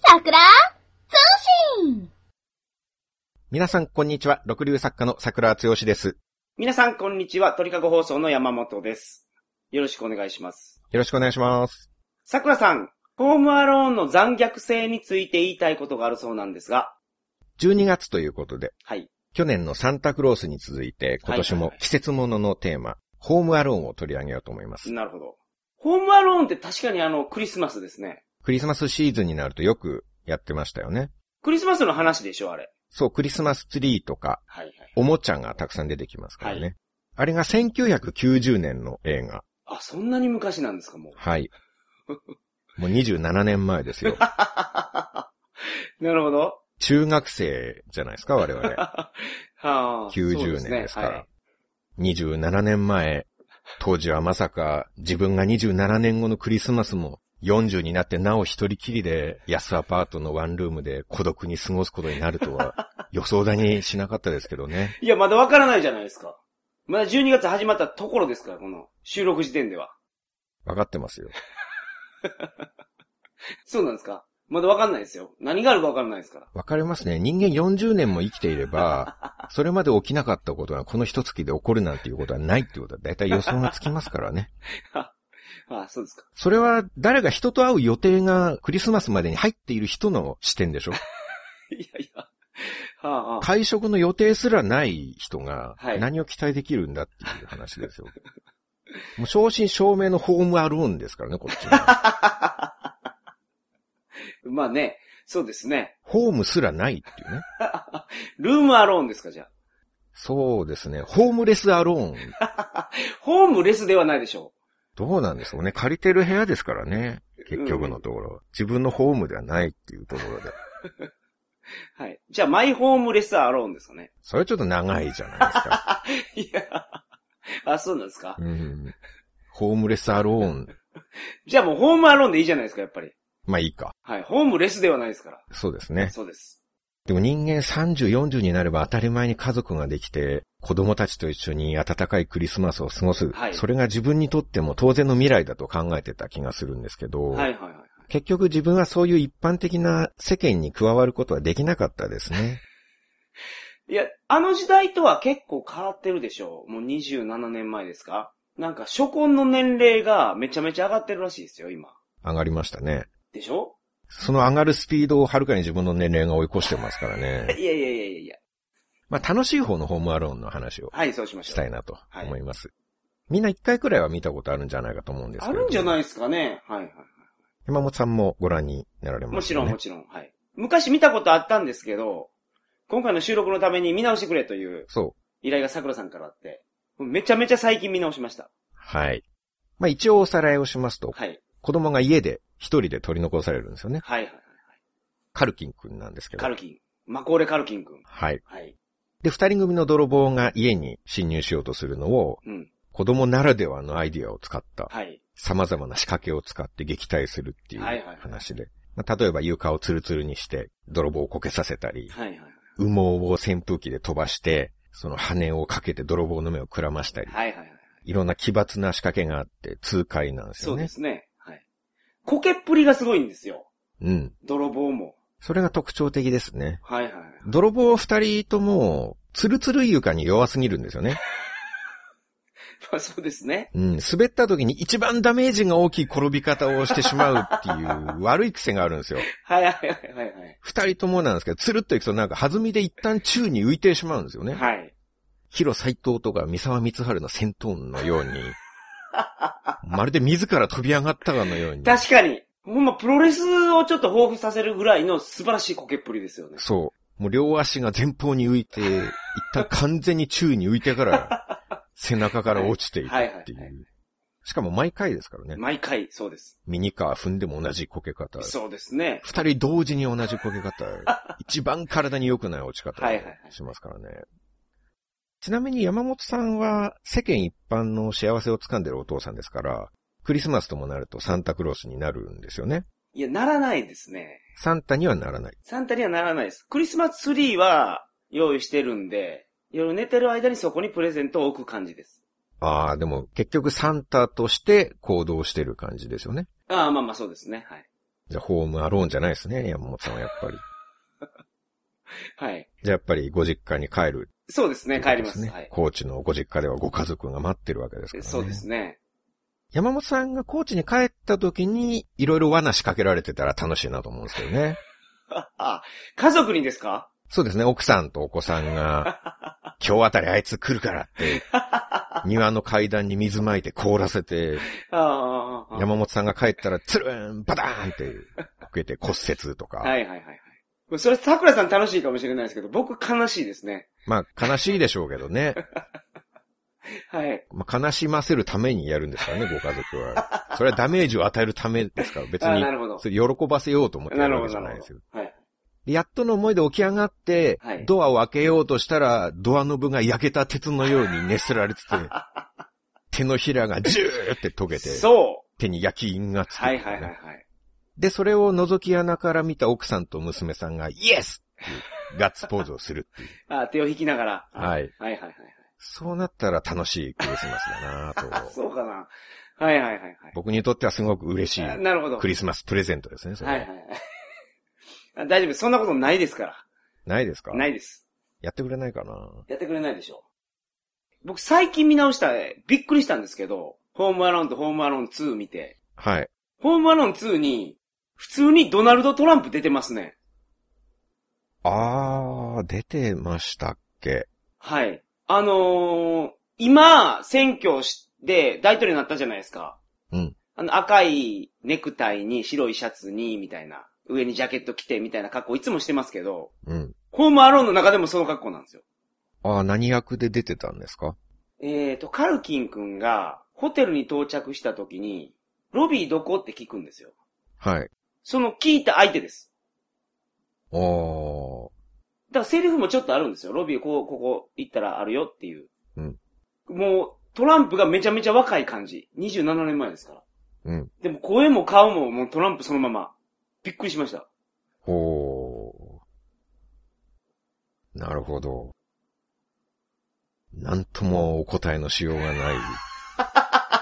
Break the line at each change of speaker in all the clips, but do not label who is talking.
桜通信
皆さん、こんにちは。六流作家の桜剛です。
皆さん、こんにちは。鳥かご放送の山本です。よろしくお願いします。
よろしくお願いします。
桜さん、ホームアローンの残虐性について言いたいことがあるそうなんですが、
12月ということで、
はい。
去年のサンタクロースに続いて、今年
はい
も
はい
季節もののテーマ、ホームアローンを取り上げようと思います。
なるほど。ホームアローンって確かにあの、クリスマスですね。
クリスマスシーズンになるとよくやってましたよね。
クリスマスの話でしょ、あれ。
そう、クリスマスツリーとか、
はいはい。
おもちゃがたくさん出てきますからね。
は
あれが1990年の映画。
あ、そんなに昔なんですか、もう。
はい。もう27年前です よ。
なるほど。
中学生じゃないですか、我々。
はあ、そう
90年ですから。27年前、当時はまさか自分が27年後のクリスマスも40になってなお一人きりで安アパートのワンルームで孤独に過ごすことになるとは予想だにしなかったですけどね。
いや、まだわからないじゃないですか。まだ12月始まったところですから、この収録時点では。
わかってますよ。
そうなんですかまだわかんないですよ。何があるかわからないですから。
わかりますね。人間40年も生きていれば、それまで起きなかったことがこの一月で起こるなんていうことはないっていうことは大体予想がつきますからね。
あそうですか。
それは誰が人と会う予定がクリスマスまでに入っている人の視点でしょ
いやいや。はあ、はあ、
会食の予定すらない人が
はい
何を期待できるんだっていう話ですよ。もう正真正銘のホームアローンですからね、こっち は。
まあね、そうですね。
ホームすらないっていうね。
ルームアローンですか、じゃ
そうですね。ホームレスアローン。
あ。ホームレスではないでしょ
どうなんですかね。借りてる部屋ですからね。結局のところ。自分のホームではないっていうところで。
う。はい。じゃあ、マイホームレスアローンですかね。
それちょっと長いじゃないです か。
いや、 あ、そうなんですか。
うん、ホームレスアローン。
じゃあもうホームアローンでいいじゃないですか、やっぱり。
まあいいか。
はい。ホームレスではないですから。
そうですね。
そうです。
でも人間30、40になれば当たり前に家族ができて、子供たちと一緒に暖かいクリスマスを過ごす。
はい
それが自分にとっても当然の未来だと考えてた気がするんですけど、
はいはいはい。
結局自分はそういう一般的な世間に加わることはできなかったです ね。
いや、あの時代とは結構変わってるでしょう。もう27年前ですかなんか、初婚の年齢がめちゃめちゃ上がってるらしいですよ、今。
上がりましたね。
でしょ
その上がるスピードをはるかに自分の年齢が追い越してますから
いや
ね。
いやいやいやいや。
まあ楽しい方のホームアローンの話を
はい、そうしましょう。
したいなと思います。みんな一回くらいは見たことあるんじゃないかと思うんですけ
あ
れど。
るんじゃない
い
ですかね。はいはい。
山本さんもご覧になられま
も
した
ち
ね。
ろん、もちろん。はい。昔見たことあったんですけど、今回の収録のために見直してくれという
そう。
依頼が桜さんからあって、めちゃめちゃ最近見直しました。
はい。まあ一応おさらいをしますと、
はい。
子供が家で一人で取り残されるんですよね。
はいはいはい。
カルキン君なんですけど
カ。ルキン。マコーレカルキン君。
はい。
はい。
で、二人組の泥棒が家に侵入しようとするのを、
うん。
子供ならではのアイディアを使った、
はい。
様々な仕掛けを使って撃退するっていう
はいはいはい
話で。まあ例えば床をツルツルにして、泥棒をこけさせたり、
はいはいはい。
羽毛を扇風機で飛ばして、その羽をかけて泥棒の目をくらましたり、
はいはいはい。
いろんな奇抜な仕掛けがあって、痛快なんです
そ
よ
うで
ね。
すね。はい。コケっぷりがすごいんですよ。
うん。
泥棒も。
それが特徴的ですね。
はいはいはい。
泥棒二人とも、ツルツル床に弱すぎるんですよね。
まあそうですね。
うん。滑った時に一番ダメージが大きい転び方をしてしまうっていう悪い癖があるんですよ。
はいはいはいはいはい。
二人ともなんですけど、ツルっと行くとなんか弾みで一旦宙に浮いてしまうんですよね。
はい。
ヒロ斎藤とか三沢光晴の戦闘のように、まるで自ら飛び上がったかのように。
確かに。ほんま、プロレスをちょっと豊富させるぐらいの素晴らしいコケっぷりですよね。
そう。もう両足が前方に浮いて、一旦完全に宙に浮いてから、背中から落ちていくってい
はいはいは
う。しかも毎回ですからね。
毎回、そうです。
ミニカー踏んでも同じこけ方。
そうですね。
二人同時に同じこけ 方。一番体に良くない落ち方
はいはいはい
しますからね。ちなみに山本さんは世間一般の幸せを掴んでるお父さんですから、クリスマスともなるとサンタクロースになるんですよね。
いや、ならないですね。
サンタにはならない。
サンタにはならないです。クリスマスツリーは用意してるんで、夜寝てる間にそこにプレゼントを置く感じです。
ああ、でも結局サンタとして行動してる感じですよね。
ああ、まあまあそうですね。はい。
じゃあ、ホームアローンじゃないですね、山本さんはやっぱり。
はい。
じゃあ、やっぱりご実家に帰る、
そうですね、帰ります。
ね。
はい。
高知のご実家ではご家族が待ってるわけですからね。
そうですね。
山本さんが高知に帰った時に、いろいろ罠仕掛けられてたら楽しいなと思うんですけど ね。
あ、家族にですか
そうですね、奥さんとお子さん が、今日あたりあいつ来るからって、庭の階段に水まいて凍らせて、
ああ。
山本さんが帰ったら、つるん、バターンって、こけて骨折とか。
はいはいはいはい。それ、桜さん楽しいかもしれないですけど、僕悲しいですね。
まあ、悲しいでしょうけど ね。
はい。
まあ、悲しませるためにやるんですからね、ご家族は。それはダメージを与えるためですから、別
ああ、
に
な、るほど。
それ喜ばせようと思ってや
な
る
る
わけ
ほ
じ
ど、
ゃ
な
ないで
るほ
すよ。
ど。はい。
でやっとの思いで起き上がって、
はい
ドアを開けようとしたら、ドアノブが焼けた鉄のように熱せられ てて、手のひらがジューって溶けて、
そ
手に焼き印がつ
う
く、ね。
はいはいはいはい。
で、それを覗き穴から見た奥さんと娘さんが、イエスっていうガッツポーズをするっていう。
あ手を引きながら。。
はいい。
はいはいはい
そうなったら楽しいクリスマスだな
はい。あ
と。
そうかな。はいはいはいはい。
僕にとってはすごく嬉しい
あなるほど。
クリスマスプレゼントですね、それ。
はいはい はい。あ大丈夫です。そんなことないですか。
ないですから
ないです。
やってくれないかな
やってくれないでしょ。僕最近見直した、びっくりしたんですけど、ホームアローンとホームアローン2見て、
はい。
ホームアローン2に、普通にドナルド・トランプ出てますね。
あー、出てましたっけ
はい。あのー、今、選挙して大統領になったじゃないですか。
うん。
あの、赤いネクタイに白いシャツに、みたいな。上にジャケット着て、みたいな格好いつもしてますけど、
うん。
ホームアローンの中でもその格好なんですよ。
あー、何役で出てたんですか
えーと、カルキン君が、ホテルに到着した時に、ロビーどこって聞くんですよ。
はい。
その聞いた相手です。
おー。
だからセリフもちょっとあるんですよ。ロビーこう、ここ行ったらあるよっていう。
うん
もう、トランプがめちゃめちゃ若い感じ。27年前ですから。
うん。
でも声も顔ももうトランプそのまま。びっくりしました。
ほー。なるほど。なんともお答えのしようがない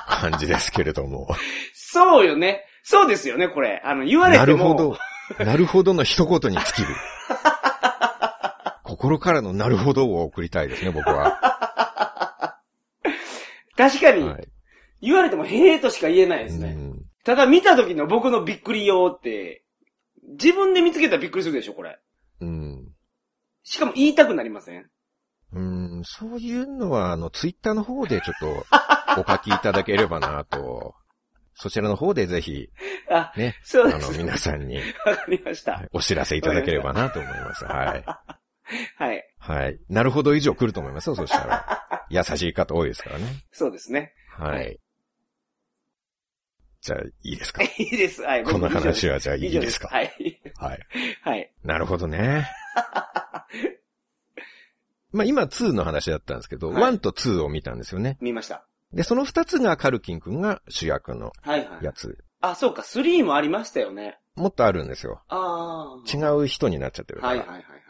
感じですけれども。
そうよね。そうですよね、これ。あの、言われ
な
て
る
も。
ほど。なるほどの一言に尽 きる。心からのなるほどを送りたいですね、僕は。
確かに、
はい。
言われてもへえとしか言えないです
う
ね。
ん
ただ見た時の僕のびっくりよって、自分で見つけたらびっくりするでしょ、これ。
うん。
しかも言いたくなりません
うん、そういうのは、あの、ツイッターの方でちょっと、お書きいただければなと、 そちらの方でぜひ、
あ、
ね
そう
あ
で
の、
す。
皆さんに、
わかりました。
はいお知らせいただければなと思います。はい。
はい。
はい。なるほど以上来ると思いますよ、そしたら。優しい方多いですからね。
そうですね。
は
はいい。
じゃあ、いいですか
いいです。はい。
この話
は
は、じゃあいいですか
はい。
はい。
はい。
なるほど ね。まあ今2の話だったんですけど、
はい
1と2を見たんですよね。
見ました。
で、その2つがカルキン君が主役の
はいはい
や。つ。
あ、そうか、3もありましたよね。
もっとあるんですよ。
ああ。
違
う。
う人になっちゃってるか
はいはい
ら。
はいはい。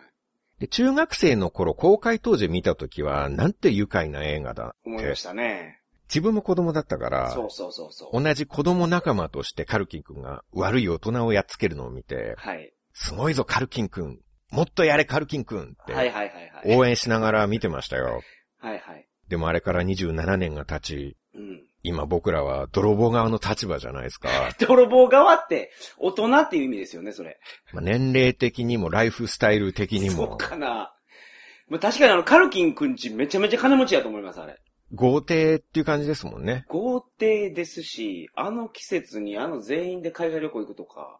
で、中学生の頃、公開当時見た時は、なんて愉快な映画だっ
思い
て
まし。たね。
自分も子供だったから
そ、うそうそうそう。
同じ子供仲間としてカルキン君が悪い大人をやっつけるのを見て、
はい。
すごいぞカルキン君もっとやれカルキン君っ
はい
て、
はいはいはい。
応援しながら見てましたよ。
はいはい。
でもあれから27年が経ち、
うん。
今僕らは泥棒側の立場じゃない ですか。
泥棒側って、大人っていう意味ですよね、それ。
まあ年齢的にもライフスタイル的に
そう
も、
かな。まあ、確かにあの、カルキンくんちめちゃめちゃ金持ちやと思います、あれ。
豪邸っていう感じですもんね。
豪邸ですし、あの季節にあの全員で海外旅行行くとか、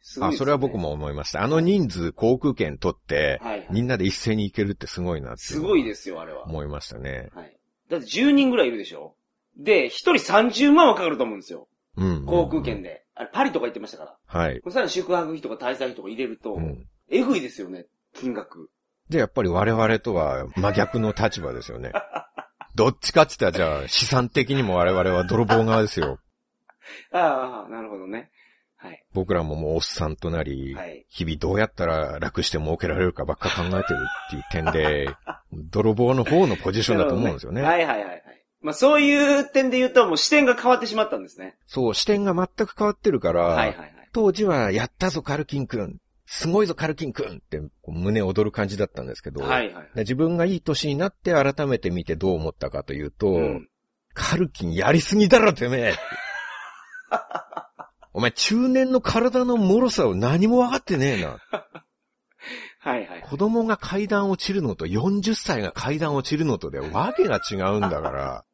すごい
あ、
ですよ
そ
ね
れは僕。も思いました。あの人数航空券取って、
はいはい。
みんなで一斉に行けるってすごいなって
すごい
す。
ですよ、あれは。
思いましたね。
はい。だって10人ぐらいいるでしょで、1人30万はかかると思うんですよ。
うんうんうん
航空券。で。あれ、パリとか行ってましたから。
はい。
さらに宿泊費とか滞在費とか入れると
う、ん。
えぐいですよね、金額。
で、やっぱり我々とは真逆の立場ですよ ね。どっちかって言ったら、じゃあ、資産的にも我々は泥棒側ですよ。
ああ、なるほどね。はい。
僕らももうおっさんとなり、
はい。
日々どうやったら楽して儲けられるかばっか考えてるっていう点 で、泥棒の方のポジションだと思うんですよね。
なるほどはいはいはいはい。まあそういう点で言うと、もう視点が変わってしまったんですね。
そう、視点が全く変わってるから、
はいはいはい。
当時は、やったぞ、カルキン君すごいぞ、カルキン君って、こう胸躍る感じだったんですけど、
はいはい。
で自分がいい年になって改めて見てどう思ったかというと、
うん
カルキンやりすぎだろ、てめ え。お前、中年の体の脆さを何も分かってねえな。
はいはい。
子供が階段落ちるのと40歳が階段落ちるのとでわけが違うんだから、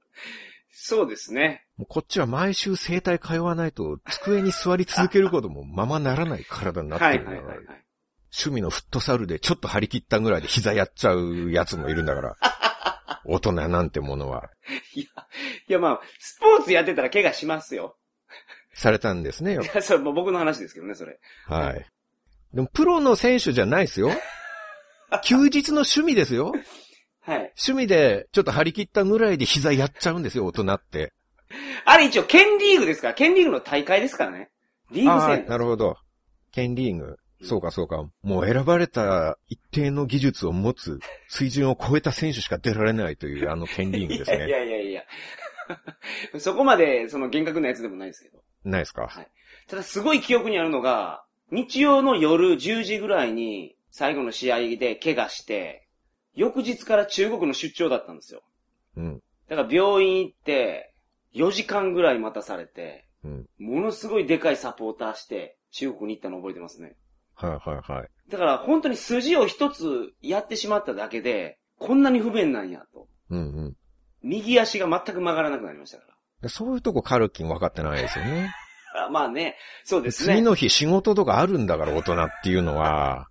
そうですね。
もうこっちは毎週生体通わないと机に座り続けることもままならない体になっ
は
て
い
るんだ
は
か
い
ら、
はいはい。
趣味のフットサルでちょっと張り切ったぐらいで膝やっちゃうやつもいるんだ から、大人なんてものは、
いや、いやまあ、スポーツやってたら怪我しますよ。
されたんですね よ
い。や、それもう僕の話ですけどね、それ。
はい。でも、プロの選手じゃないですよ。休日の趣味ですよ。
はい。
趣味で、ちょっと張り切ったぐらいで膝やっちゃうんですよ、大人って。
あれ一応、県リーグですから、県リーグの大会ですからね。リーグ
ああ
戦。
なるほど。ケンリーグ。そうか、そうか。もう選ばれた一定の技術を持つ、水準を超えた選手しか出られないという、あのケンリーグです
い
ね。
やいやいやいや。そこまで、その厳格なやつでもないですけど。
ないですか
ただすごい記憶にあるのが、日曜の夜10時ぐらいに最後の試合で怪我して、翌日から中国の出張だったんですよ。
うん。
だから病院行って、4時間ぐらい待たされて、
うん。
ものすごいでかいサポーターして、中国に行ったの覚えてますね。
はいはいはい。
だから本当に筋を一つやってしまっただけで、こんなに不便なんやと。
うんうん
右足が全く曲がらなくなりましたか
で。そういうとこカルキン分かってないですよね。
ら。 あまあね、そうですね。
次の日仕事とかあるんだから、大人っていうのは。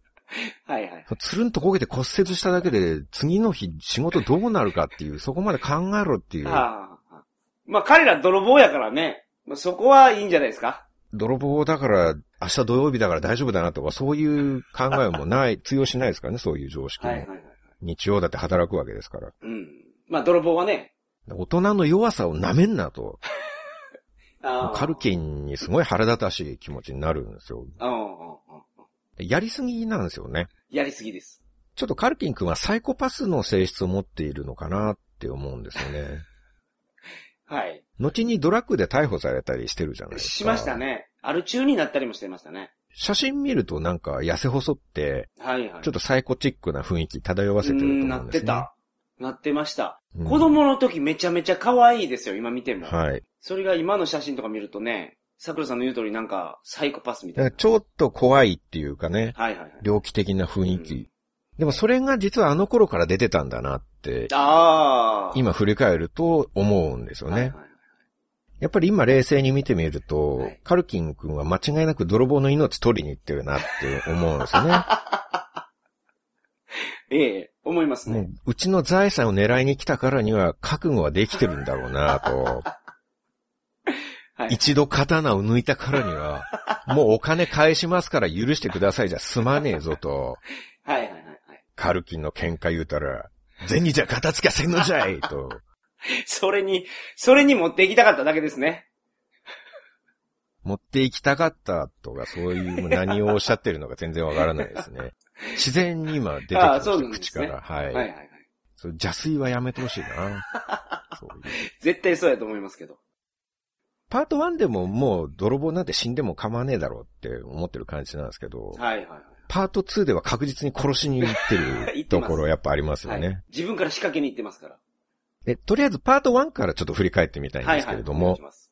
はいはい。
つるんと焦げて骨折しただけで、次の日仕事どうなるかっていう、そこまで考えろっていう、
ああ。まあ彼ら泥棒やからね。まあそこはいいんじゃないですか。
泥棒だから、明日土曜日だから大丈夫だなとか、そういう考えもない、通用しないですからね、そういう常識も。
はいはいはい。
日曜だって働くわけですから。
うん。まあ泥棒はね。
大人の弱さを舐めんなと、
ああ
カルキンにすごい腹立たしい気持ちになるんですよ。
うんうんうん。
やりすぎなんですよね。
やりすぎです。
ちょっとカルキン君はサイコパスの性質を持っているのかなって思うんですよ ね。
はい。
後にドラッグで逮捕されたりしてるじゃないですか。
しましたね。アル中になったりもしてましたね。
写真見るとなんか痩せ細って、
はいはい。
ちょっ
っ
とサイコチックな雰囲気漂わせてると思
な
うん
っ
で
て
すね。
た。なってました。
うん
子供の時めちゃめちゃ可愛いですよ、今見ても。
はい。
それが今の写真とか見るとね、桜さんの言う通りなんかサイコパスみた
だ
い
か
な
ら。ちょっと怖いっていうかね、
はいはいはい。
猟奇的な雰囲
うん
気。でもそれが実はあの頃から出てたんだなって、
ああ。
今振り返ると思うんですよ
はい
ね
は。い
やっぱり今冷静に見てみる
は
と
い、
カルキン君は間違いなく泥棒の命取りに行ってるなって思うんですよ ね。
ええ、思います
もう
ね。、
うちの財産を狙いに来たからには覚悟はできてるんだろうなと。
はい
一度刀を抜いたからには、もうお金返しますから許してくださいじゃ済まねえぞと、
はいはいはいはい。
カルキンの喧嘩言うたら、銭じゃ片付かせんのじゃいと。
それに、それに持っていきたかっただけですね。
持って行きたかったとか、そういう何をおっしゃってるのか全然わからないです ね。自然に今出てき
あ
ま
あそう
し
なん
た、
です
口
ね
から。は。
はいいはいはい。
そう邪推はやめてほしいな。そういう
絶対そうやと思いますけど。
パート1でももう泥棒なんて死んでも構わねえだろうって思ってる感じなんですけど、
はいはいはい。
パート2では確実に殺しに行 って
行
る
って
と
ます
ころやっぱありますよ
は
ね。
い、自分から仕掛けに行ってますから。
で、とりあえずパート1からちょっと振り返ってみたいん
はい
です
は
け
い。
れども、
お願いします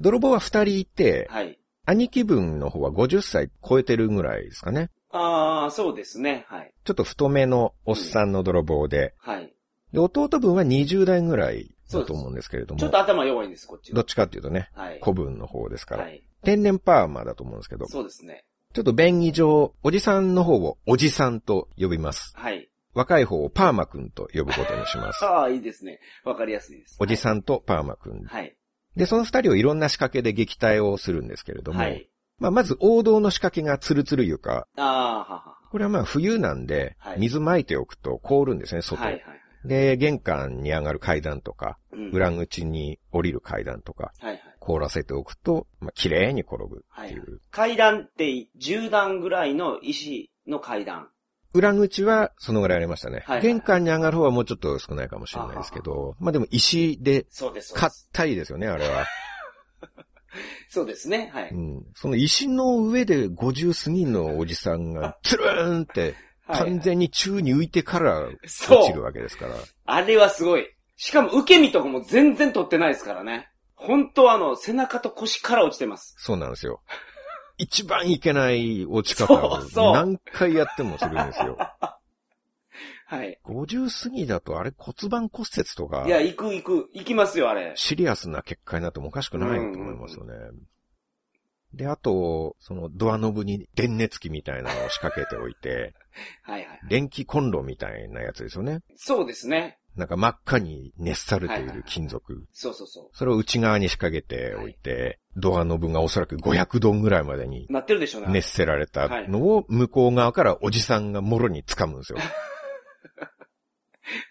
泥棒は2人いて、
はい。
兄貴分の方は50歳超えてるぐらいですかね。
ああ、そうですね。はい。
ちょっと太めのおっさんの泥棒で、
はい。
で、弟分は20代ぐらいだと思うんですけれど
ちょっ
も
と、頭弱いんです、こっち
ど
が
っ。ちかっていうとね、
はい。
古文の方ですから、
はい。
天然パーマだと思うんですけど、
そうですね。
ちょっと便宜上、おじさんの方をおじさんと呼びます。
はい。
若い方をパーマくんと呼ぶことにし ます。
ああ、いいですね。わかりやすいです。
おじさ
ん。
んとパーマくん。
はい。
で、その二人をいろんな仕掛けで撃退をするんですけれども、
はい。
まあ、まず王道の仕掛けがツルツル床。
ああ、はは。
これはまあ冬なんで
は、い
水撒いておくと凍るんですね、外。
はいはいはい。
で、玄関に上がる階段とか、
うん
裏口に降りる階段とか、
はいはい。
凍らせておくと、まあ、綺麗に転ぶっていう。
は階段って10段ぐらいの石の階段。
裏口はそのぐらいありましたね。
はいはい
玄関に上がる方はもうちょっと少ないかもしれないですけど、まあでも石で、
そうです。そうです
硬いですよね、あれは。。
そうですね、はいう
ん。その石の上で50過ぎのおじさんが、つるーンって、
はい
完全に宙に浮いてから
そう
落ちるわけですから。
あれはすごい。しかも受け身とかも全然取ってないですからね。本当はあの、背中と腰から落ちてます。
そうなんですよ。一番いけない落ち方を
そうそう
何回やってもするんですよ。
はい。
50過ぎだとあれ骨盤骨折とか
い、や、行く行く、行きますよ、あれ。
シリアスな結果になってもおかしくないと思いますよね。で、あと、そのドアノブに電熱器みたいなのを仕掛けておいて、
はいはい。
電気コンロみたいなやつですよね。
そうですね。
なんか真っ赤に熱されてい
はいはい
る金属。
そうそうそ
それを内側に仕掛けておいて、ドアノブがおそらく500度ぐらいまでに
う。なってるでしょうね。
熱せられたのを向こう側からおじさんがもろに掴むんですよ。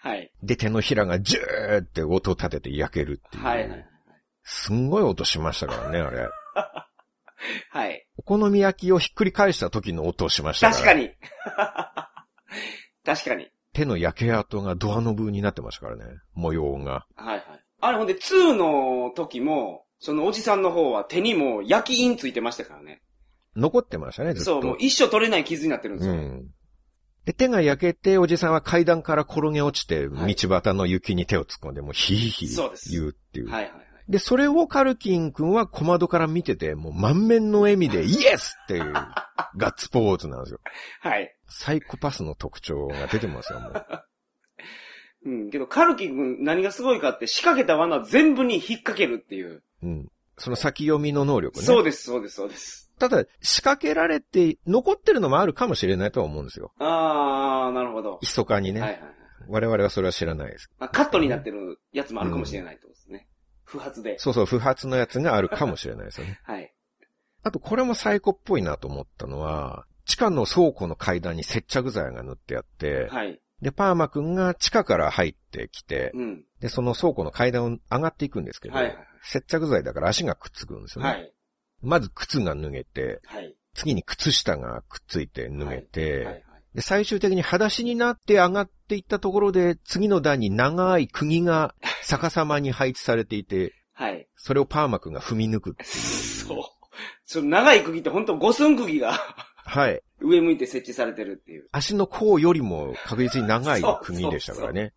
はい。
で、手のひらがジューって音を立てて焼けるっていう。
はいはい。
すんごい音しましたからね、あれ。
はい。
お好み焼きをひっくり返した時の音をしましたから。
確かに。 確かに。
手の焼け跡がドアノブになってましたからね。模様が。
はいはい。あれほんで、2の時も、そのおじさんの方は手にも焼き印ついてましたからね。
残ってましたね、ずっと。
そう、もう一生取れない傷になってるんです
う
よ。
ん。で、手が焼けて、おじさんは階段から転げ落ちて、道
はい
端の雪に手を突っ込んで、もうヒーヒ
そう
ー
です
言うっていう。
はいはいはい。
で、それをカルキン君は小窓から見てて、もう満面の笑みで、イエスっていう、ガッツポーズなんですよ。
はい。
サイコパスの特徴が出てますよ、もう。
うん。けど、カルキ君何がすごいかって仕掛けた罠全部に引っ掛けるっていう。
うん。その先読みの能力ね。
そうです、そうです、そうです。
ただ、仕掛けられて、残ってるのもあるかもしれないとは思うんですよ。
あー、なるほど。
密かにね。
はいはいはい。
我々はそれは知らないです。
あカットになってるやつもあるかもしれないってことですね。不発で。
そうそう、不発のやつがあるかもしれないですよね。
はい。
あと、これもサイコっぽいなと思ったのは、地下の倉庫の階段に接着剤が塗ってあって、
はい。
で、パーマくんが地下から入ってきて、
うん。
で、その倉庫の階段を上がっていくんですけど、
はいはいはい
接着剤だから足がくっつくんですよね。
はい。
まず靴が脱げて、
はい。
次に靴下がくっついて脱げて、
はいはい。
で、最終的に裸足になって上がっていったところで、次の段に長い釘が逆さまに配置されていて、
はい。
それをパーマ君が踏み抜く。
そう。その長い釘って本当五寸釘が
はい。
上向いて設置されてるっていう。
足の甲よりも確実に長い釘でしたからね。
はいはい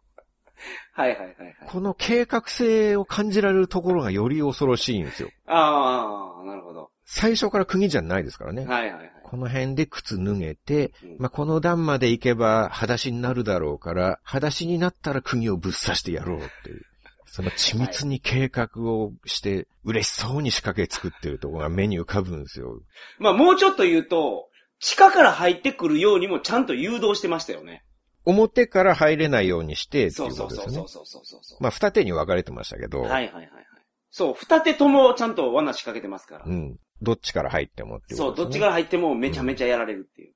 はいはい。
この計画性を感じられるところがより恐ろしいんですよ。
ああ、なるほど。
最初から釘じゃないですからね。
はいはいはい。
この辺で靴脱げて、
うん
まあ、この段まで行けば裸足になるだろうから、裸足になったら釘をぶっ刺してやろうっていう。その緻密に計画をして、嬉しそうに仕掛け作ってるところが目に浮かぶんですよ。
まあもうちょっと言うと、地下から入ってくるようにもちゃんと誘導してましたよね。
表から入れないようにしてって
そ
いううこ
そ
と
う
です
そ
よ
う
ね
そう。そうそうそう。
まあ、二手に分かれてましたけど、
はいはいはいはい。そう、二手ともちゃんと罠仕掛けてますから。
うん。どっちから入ってもっていう
そ
こ
う、
と
ど
ですね。
っちから入ってもめちゃめちゃやられるっていう。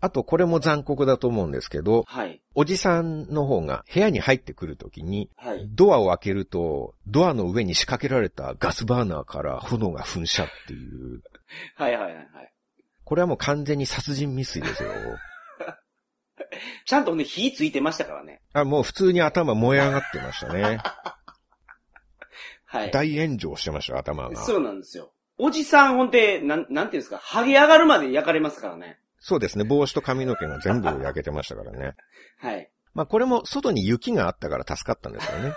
あと、これも残酷だと思うんですけど、
はい。
おじさんの方が部屋に入ってくるときに、
はい。
ドアを開けると、ドアの上に仕掛けられたガスバーナーから炎が噴射っていう。
はいはいはいはい。
これはもう完全に殺人未遂 ですよ。
ちゃんとね、火ついてましたからね。
あ、もう普通に頭燃え上がってましたね。
はい。
大炎上してました、頭が。
そうなんですよ。おじさんほんで、なん、なんていうんですか、剥げ上がるまで焼かれますからね。
そうですね。帽子と髪の毛が全部焼けてましたからね。
はい。
まあこれも外に雪があったから助かったんですよね。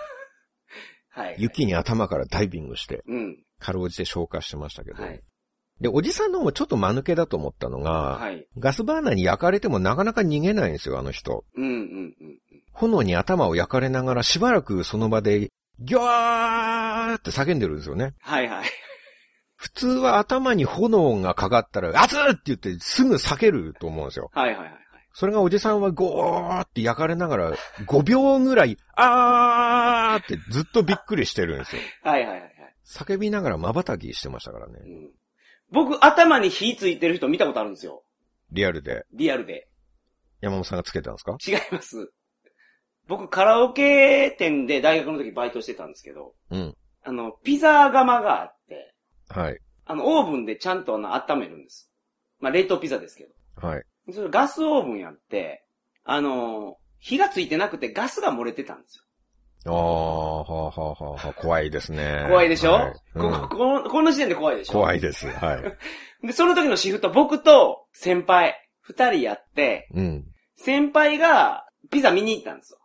はい。。
雪に頭からダイビングして、
うん。
かろうじて消化してましたけど。
はい。
で、おじさんの方もちょっと間抜けだと思ったのが、
はい。
ガスバーナーに焼かれてもなかなか逃げないんですよ、あの人。
うんうんうん。
炎に頭を焼かれながらしばらくその場で、ギョーって叫んでるんですよね。
はいはい。
普通は頭に炎がかかったら、熱っって言ってすぐ避けると思うんですよ。
はいはいはいはい。
それがおじさんはゴーって焼かれながら、5秒ぐらい、あーってずっとびっくりしてるんですよ。
はいはいはいはい。
叫びながら瞬きしてましたからね
う。ん僕、頭に火ついてる人見たことあるんですよ。
リアルで。
リアルで。
山本さんがつけたんですか
違います。僕、カラオケ店で大学の時バイトしてたんですけど、
うん。
あの、ピザ窯があって、
はい。
あの、オーブンでちゃんとあの、温めるんです。まあ、冷凍ピザですけど。
はい。
それガスオーブンやって、あの、火がついてなくてガスが漏れてたんですよ。
ああ、はあ、はあ、はあ、怖いですね。
怖いでしょ、
はう
こ
ん
こここの時点で怖いでしょ
怖いです。はい。
で、その時のシフト、僕と先輩、二人やって、
うん。
先輩がピザ見に行ったんですよ。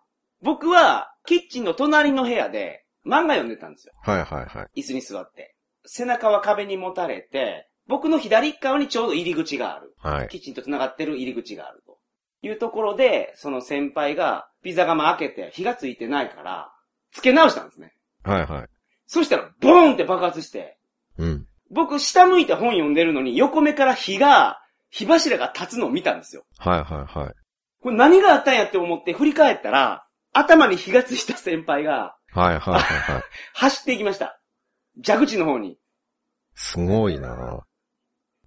僕は、キッチンの隣の部屋で漫画読んでたんですよ。
はいはいはい。
椅子に座って。背中は壁にもたれて、僕の左側にちょうど入り口がある。
はい。
キッチンと繋がってる入り口があると。いうところで、その先輩が、ピザ窯開けて火がついてないから、付け直したんですね。
はいはい。
そしたら、ボーンって爆発して、
うん。
僕、下向いて本読んでるのに、横目から火が、火柱が立つのを見たんですよ。
はいはいはい。
これ何があったんやって思って振り返ったら、頭に火がついた先輩が、
はいはいはい はい。
走っていきました。蛇口の方に。
すごいな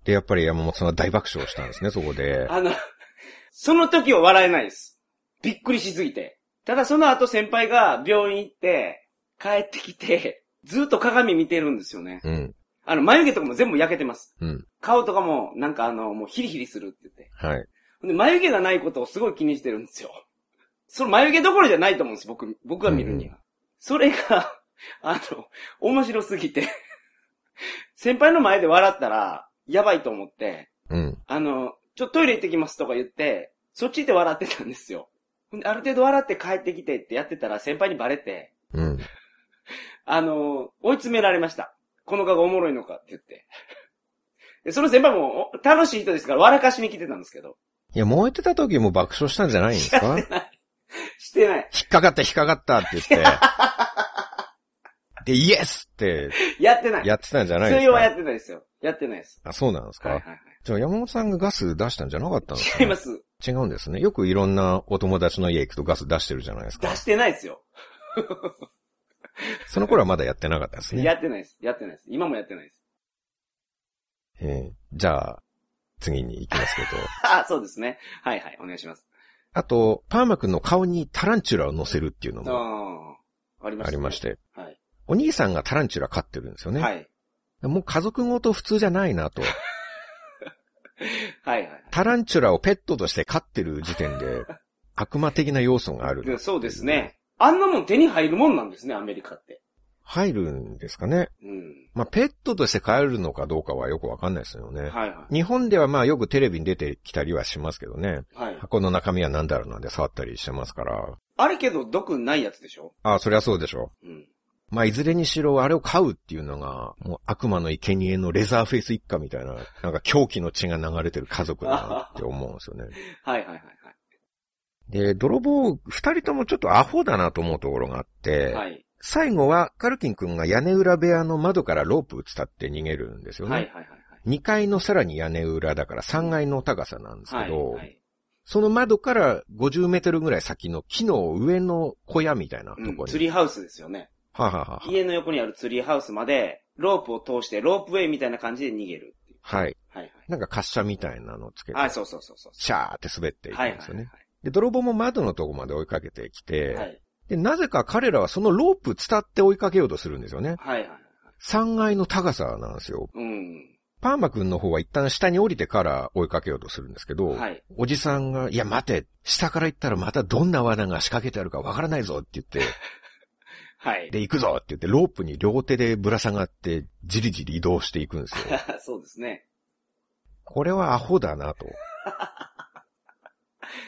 で、やっぱり山本さんは大爆笑したんですね、そこで。
あの、その時は笑えないです。びっくりしすぎて。ただその後先輩が病院行って、帰ってきて、ずっと鏡見てるんですよね。
うん。
あの、眉毛とかも全部焼けてます。
うん。
顔とかも、なんかあの、もうヒリヒリするって言って。
はい。
で、眉毛がないことをすごい気にしてるんですよ。その眉毛どころじゃないと思うんです、僕、僕が見るには。それが、 あの、面白すぎて、先輩の前で笑ったら、やばいと思って、
うん。
あの、ちょっとトイレ行ってきますとか言って、そっちで笑ってたんですよ。ほんである程度笑って帰ってきてってやってたら先輩にバレて、
うん。
あの、追い詰められました。この顔がおもろいのかって言って。でその先輩もお楽しい人ですから笑かしに来てたんですけど、
いや、燃えてた時も爆笑したんじゃないんですか
してない。
引っかかった、引っかかったって言って。で、イエスって
やってない。
やってたんじゃない
そ
です
れはや
か
ってないですよ。やってないです。
あ、そうなんですか、
はいはいはい。
じゃあ山本さんがガス出したんじゃなかったんですか、
違います。
違うんですね。よくいろんなお友達の家行くとガス出してるじゃないです
出
か。
してないですよ。
その頃はまだやってなかったですね。
やってないです。やってないです。今もやってないです。
えーじゃあ、次に行きますけど。
あ、そうですね。はいはい。お願いします。
あと、パーマ君の顔にタランチュラを乗せるっていうの
あ
も
あ、ありました、
ありまし。て、
はい。
お兄さんがタランチュラ飼ってるんですよね。
はい。
もう家族ごと普通じゃない なと。
はいはいはい。
タランチュラをペットとして飼ってる時点 で、悪魔的な要素がある。
でそうですね。あんなもん手に入るもんなんですね、アメリカって。
入るんですかね。
うん。
まあ、ペットとして飼えるのかどうかはよくわかんないですよね。
はいは
日本ではまあよくテレビに出てきたりはしますけどね。
い。はい。
箱の中身は何だろうなんで触ったりしてますから。
あれけど、毒ないやつでしょ
ああ、そりゃそうでしょ
うん。
う。まあいずれにしろあれを飼うっていうのが、もう悪魔の生贄のレザーフェイス一家みたいな、なんか狂気の血が流れてる家族だなって思うんですよね。
はいはいはい
で、泥棒二人ともちょっとアホだなと思うところがあって、
はい。はい。
最後はカルキン君が屋根裏部屋の窓からロープ伝って逃げるんですよね。
はいはいはいはい。
2階のさらに屋根裏だから3階の高さなんです
は
け
い
ど、
はい。
その窓から50メートルぐらい先の木の上の小屋みたいなとこ
う
に。
ん。ツリーハウスですよね。
ははは
家の横にあるツリーハウスまで、ロープを通して、ロープウェイみたいな感じで逃げるっていう。
は。い。
はいはい。
なんか滑車みたいなのつけて、
あ、そうそうそうそう。
シャーって滑っていく
はい
ん
は
です
い
よね。
はい。
で、泥棒も窓のとこまで追いかけてきて、
はい
で、なぜか彼らはそのロープ伝って追いかけようとするんですよね。
はいはい。
3階の高さなんですよ。
うん。
パーマ君の方は一旦下に降りてから追いかけようとするんですけど、
はい。
おじさんが、いや待て、下から行ったらまたどんな罠が仕掛けてあるかわからないぞって言 って、
はい。
で、行くぞって言って、ロープに両手でぶら下がって、じりじり移動していくんです よ。
そうですね。
これはアホだなと。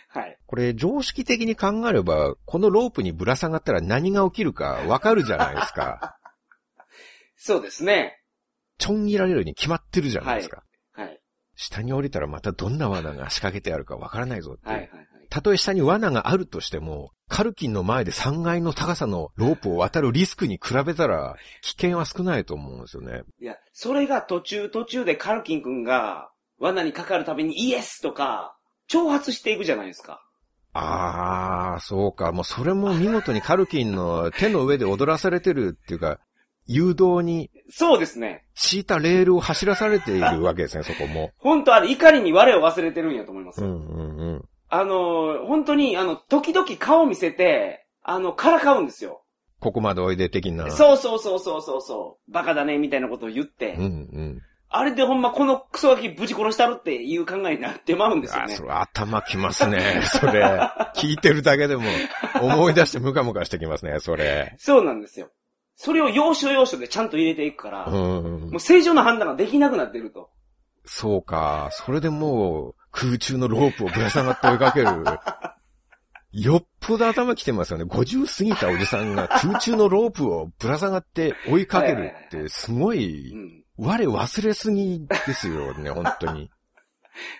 はい。
これ、常識的に考えれば、このロープにぶら下がったら何が起きるかわかるじゃないです か。
そうですね。
ちょん切られるに決まってるじゃないですか。
はい。
下に降りたらまたどんな罠が仕掛けてあるかわからないぞっていう。
はいはいはい。
たとえ下に罠があるとしても、カルキンの前で3階の高さのロープを渡るリスクに比べたら、危険は少ないと思うんですよね。
いや、それが途中途中でカルキン君が罠にかかるたびにイエスとか、挑発していくじゃないですか。
ああ、そうか。もうそれも見事にカルキンの手の上で踊らされてるっていうか、誘導に
そうですね。
敷いたレールを走らされているわけですね、そこも。
本当あれ、怒りに我を忘れてるんやと思います。
うんうんうん。
あのー、本当に、あの、時々顔見せて、あの、からかうんですよ。
ここまでおいで的な。
そうそうそうそうそうそう。バカだね、みたいなことを言って。
うんうん。
あれでほんまこのクソガキぶち殺したるっていう考えになってまうんですよ
あ、
ね
そ。れ頭きます ね。それ。聞いてるだけでも思い出してムカムカしてきますね、それ。
そうなんですよ。それを要所要所でちゃんと入れていくから、
うん
もう。正常な判断ができなくなってると。
そうか。それでもう空中のロープをぶら下がって追いかける。よっぽど頭きてますよね。50過ぎたおじさんが空中のロープをぶら下がって追いかけるってすごい
うん。
我忘れすぎですよね、本当に。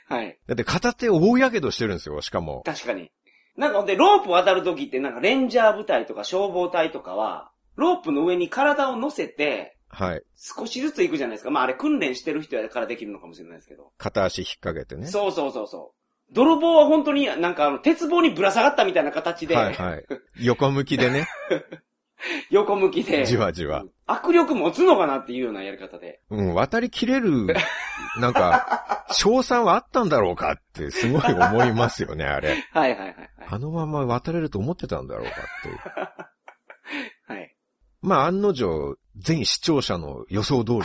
はい。
だって片手大やけどしてるんですよ、しかも。
確かに。なんかほんで、ロープ渡るときってなんかレンジャー部隊とか消防隊とかは、ロープの上に体を乗せて、
はい。
少しずつ行くじゃないですか。まああれ訓練してる人やからできるのかもしれないですけど。
片足引っ掛けてね。
そうそうそうそう。泥棒は本当になんかあの、鉄棒にぶら下がったみたいな形で、
はいはい。横向きで ね、
横向きで、
じわじわ。
握力持つのかなっていうようなやり方で。
うん、渡り切れる、なん か、賞賛はあったんだろうかってすごい思いますよね、あれ。
はいはいはいはい。
あのまま渡れると思ってたんだろうかっていう。
はい。
まあ案の定、全視聴者の予想通り、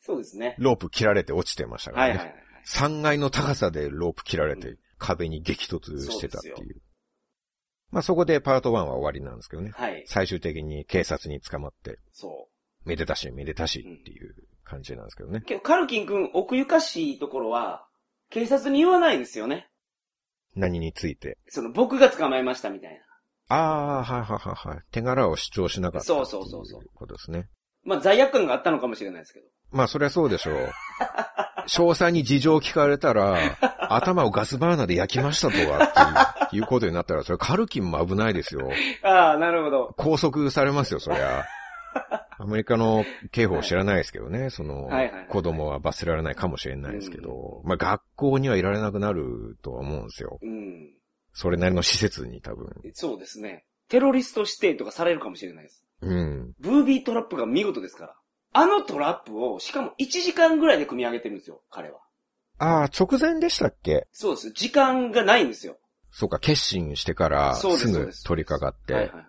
そうですね。
ロープ切られて落ちてましたか
はい
ら
はい
ね。
はい。
3階の高さでロープ切られ
う
て、壁に激突してたってい
そうで
う。まあそこでパート1は終わりなんですけどね。
はい。
最終的に警察に捕まって、
そ
めでたしめでたしっていう感じなんですけどね
う。。けど、カルキン君、奥ゆかしいところは、警察に言わないですよね。
何について。
その、僕が捕まえましたみたいな。
ああ、はいはいはいはい。手柄を主張しなかった
そうそうそうそう
っていことですね。
まあ、罪悪感があったのかもしれないですけど。
まあそりゃそうでしょう。詳細に事情を聞かれた ら、頭をガスバーナーで焼きましたとはっていういうことになったら、それカルキンも危ないですよ。
ああ、なるほど。
拘束されますよ、そりゃ。アメリカの刑法を知らないですけどね、その
はいはいはい、
子供は罰せられないかもしれないですけど、まあ学校にはいられなくなるとは思うんですよ。
うん。
それなりの施設に多分。
そうですね。テロリスト指定とかされるかもしれないです。
うん。
ブービートラップが見事ですから。あのトラップを、しかも1時間ぐらいで組み上げてるんですよ、彼は。
ああ、直前でしたっけ
そうです。時間がないんですよ。
そうか、決心してからす
そうですそう
ぐ
です
取り掛かっ
はい
て
はい、はい。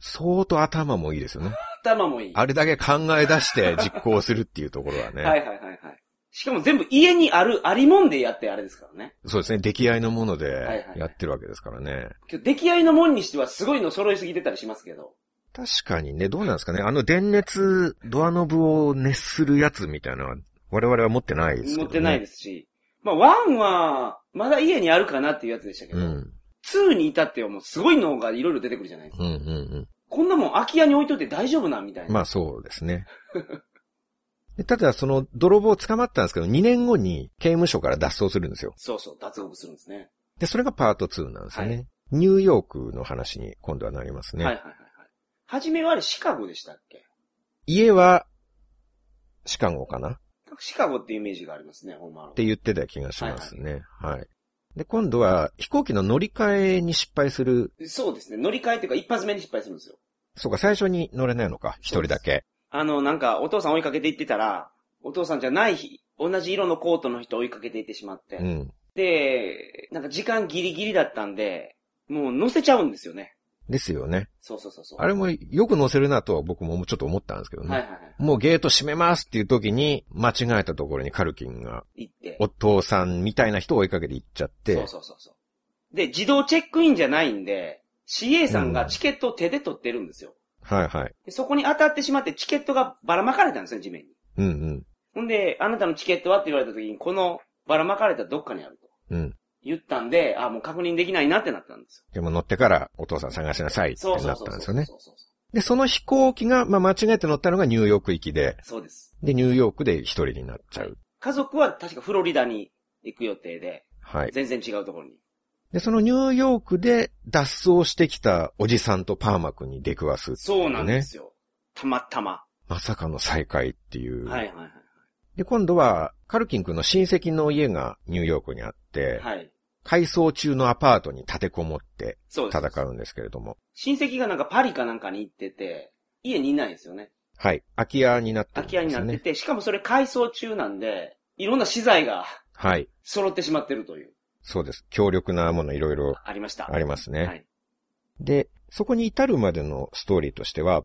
相当頭もいいですよね。
頭もいい。
あれだけ考え出して実行するっていうところは
は
ね。
いはいはいはい。しかも全部家にある、ありもんでやってあれですからね。
そうですね、出来合いのもの
はい
で
はい
やってるわけですからね。
今日出来合いのもんにしてはすごいの揃いすぎてたりしますけど。
確かにね、どうなんですかね。あの電熱、ドアノブを熱するやつみたいなのは、我々は持ってないですけど、ね。
持ってないですし。まあ、ワンは、まだ家にあるかなっていうやつでしたけ
う
ど、
ん。
ツーに至ってはもうすごいのがいろいろ出てくるじゃないですか。
うんうん
こんなもん空き家に置いといて大丈夫なみたい
うん。
な。
まあそうですね。 でただ、その泥棒捕まったんですけど、2年後に刑務所から脱走するんですよ。
そうそう、脱獄するんですね。
で、それがパート2なんですよね。
は
ニューヨークの話に今度はなりますね。
はいはいはいはい。はじめはあれシカゴでしたっけ
家は、シカゴかなっ
シカゴっていうイメージがありますね、ほんまの。
て言ってた気がしますね。はい、で、今度は飛行機の乗り換えに失敗する。
そうですね、乗り換えというか一発目に失敗するんですよ。
そうか、最初に乗れないのか、一人だけ。
あの、なんか、お父さん追いかけて行ってたら、お父さんじゃない日、同じ色のコートの人追いかけて行ってしまって、
うん。
で、なんか時間ギリギリだったんで、もう乗せちゃうんですよね。
ですよね。
そうそうそうそう。
あれもよく乗せるなとは僕もちょっと思ったんですけどね。
はいはいはい。
もうゲート閉めますっていう時に、間違えたところにカルキンが、
行って。
お父さんみたいな人を追いかけて行っちゃって、
そうそうそうそう。で、自動チェックインじゃないんで、CA さんがチケットを手で取ってるんですよ。
はいはい。
でそこに当たってしまってチケットがばらまかれたんですね、地面に。
うん
ほんで、あなたのチケットはって言われた時に、このばらまかれたどっかにあると
うん。うん。
言ったんで、あ、もう確認できないなってなったんです
でも乗ってからお父さん探しなさいって
よ。そうそ
な
う
っ
そ
た
うんそう
ですよね。
そうそうそう。
で、その飛行機が、まあ、間違えて乗ったのがニューヨーク行きで、
そうです。
で、ニューヨークで一人になっちゃう。
家族は確かフロリダに行く予定で、
はい。
全然違うところに。
で、そのニューヨークで脱走してきたおじさんとパーマ君に出くわすっていうね
そうなんですよ。たまたま。
まさかの再会っていう。
はいはい
で、今度は、カルキン君の親戚の家がニューヨークにあって、
はい。はい。
改装中のアパートに立てこもって
そうです。
戦うんですけれども。
親戚がなんかパリかなんかに行ってて、家にいないんですよね。
はい。空き家になってるん
空き家
で
に
す
な
よ
って
ね。
て、しかもそれ改装中なんで、いろんな資材が
はい。
揃ってしまってるという、
そうです。強力なものいろいろ
ありました。
ありますね。
はい。
で、そこに至るまでのストーリーとしては、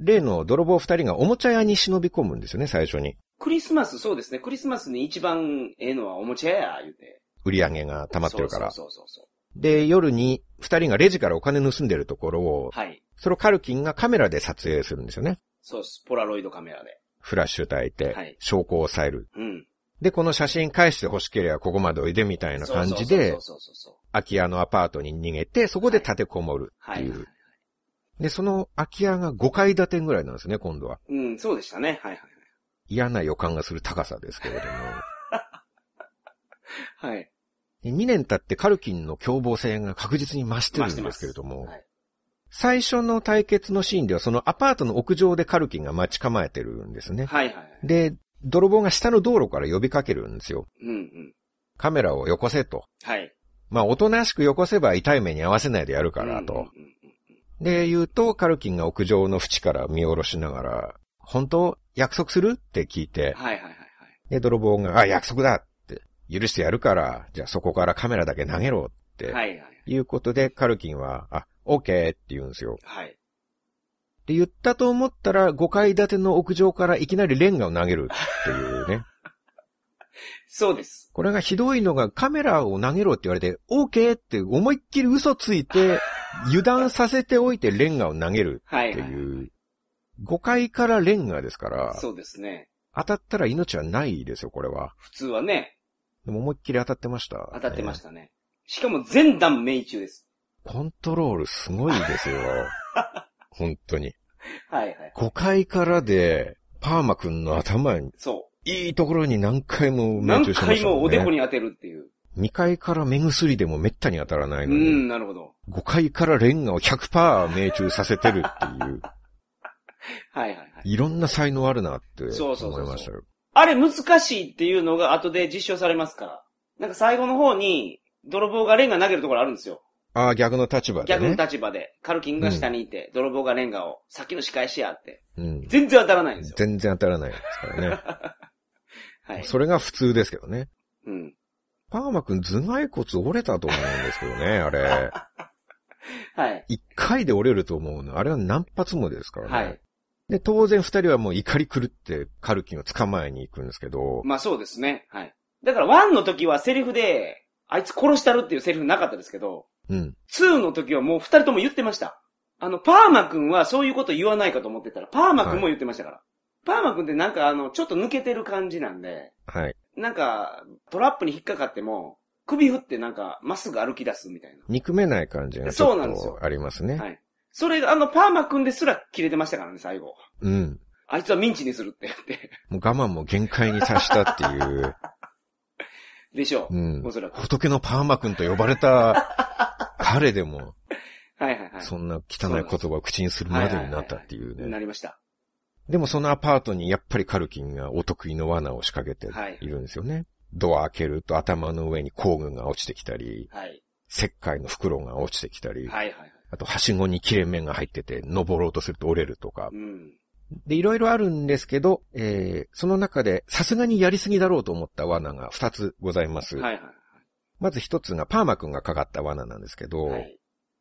例の泥棒二人がおもちゃ屋に忍び込むんですよね、最初に。
クリスマス、そうですね。クリスマスに一番ええのはおもちゃや、言うて。
売り上げが溜まってるから。
そうそうそうそう
で、夜に二人がレジからお金盗んでるところを、
そう。はい。
それをカルキンがカメラで撮影するんですよね。
そうです。ポラロイドカメラで。
フラッシュ焚いて、
はい
証拠を抑える。
うん。
で、この写真返して欲しければここまでおいでみたいな感じで
そう、そうそうそうそう。
空き家のアパートに逃げて、そこで立てこもるっ
は
てい
い。
う。で、その空き家が5階建てぐらいなんですね、今度は。
うん、そうでしたね。はい
嫌な予感がする高さですけれども。
はい。はい。
2年経ってカルキンの凶暴性が確実に増してるんですけれども、
はい。
最初の対決のシーンではそのアパートの屋上でカルキンが待ち構えてるんですね。
はいはいはい。
で、泥棒が下の道路から呼びかけるんですよ。
うんうん。
カメラをよこせと。
はい。
まあ、おとなしくよこせば痛い目に合わせないでやるからと。
うんうんうん
で、言うと、カルキンが屋上の縁から見下ろしながら、本当約束するって聞いて、
はいはいはいはい。
で、泥棒が、あ、約束だって、許してやるから、じゃあそこからカメラだけ投げろって、。
はいいはい。
うことで、カルキンは、あ、オッケーって言うんですよ。
はい。
で、言ったと思ったら、5階建ての屋上からいきなりレンガを投げるっていう ね。
そうです。
これがひどいのが、カメラを投げろって言われて、オーケーって思いっきり嘘ついて、油断させておいてレンガを投げる
は
っ
い
て
はい。
いう、5階からレンガですから、
そうですね。
当たったら命はないですよ、これは。
普通はね、
でも思いっきり当たってました、。
当たってましたたね。しかも全弾命中です。
コントロールすごいです よ。本当に。
はいはい。
5階からで、パーマくんの頭に、
そ
いいところに何回も
う。
命
何
中してま
回
したもんね。
もおでこに当てるっていう。
2階から目薬でもめったに当たらな
う
いのに。
ん、なるほど。
5階からレンガを100%命中させてるっていう、
はいはいはい。
いろんな才能あるなって思いました
そ
よ。
うそうそうそうあれ難しいっていうのが後で実証されますから。なんか最後の方に、泥棒がレンガ投げるところあるんですよ。
ああ、逆の立場で
逆
ね。
の立場で。カルキンが下にいて、泥棒がレンガを、さっきの仕返しやって。
うん。
全然当たらないんですよ。
全然当たらないですからね。
はい。
それが普通ですけどね。
うん。
パーマくん頭蓋骨折れたと思うんですけどね、あ れ。
はい。
1回で折れると思うの。あれは何発もですからね。
はい。
で、当然2人はもう怒り狂ってカルキンを捕まえに行くんですけど、
まあそうですね。はい。だから1の時はセリフで、あいつ殺したるっていうセリフなかったですけど、
うん。
2の時はもう2人とも言ってました。あの、パーマ君はそういうこと言わないかと思ってたら、パーマ君も言ってましたから。パーマ君ってなんかあの、ちょっと抜けてる感じなんで、
はい。
なんか、トラップに引っかかっても、首振ってなんか、まっすぐ歩き出すみたい
憎めない感じがち
そう
ょ
なん
っ
ですよ
とありますね。
な。はい。それがあの、パーマ君ですら切れてましたからね、最後。
うん。
あいつはミンチにするって言って。
もう我慢も限界に達したっていう。
でしょう。
うん
おそらく。
仏のパーマ君と呼ばれた 彼でも、
はいはいはい。
そんな汚い言葉を口にするまでになったっていう
な
ね。
りました。
でもそのアパートにやっぱりカルキンがお得意の罠を仕掛けて
はい
いるんですよね。ドア開けると頭の上に工具が落ちてきたり、
はい。
石灰の袋が落ちてきたり、
はいはいはい。
あとはしごに切れ目が入ってて登ろうとすると折れるとか
う。ん。
で、いろいろあるんですけど、えー、その中でさすがにやりすぎだろうと思った罠が2つございます。
はいはい
まず1つがパーマ君がかかった罠なんですけど、
はい。はい。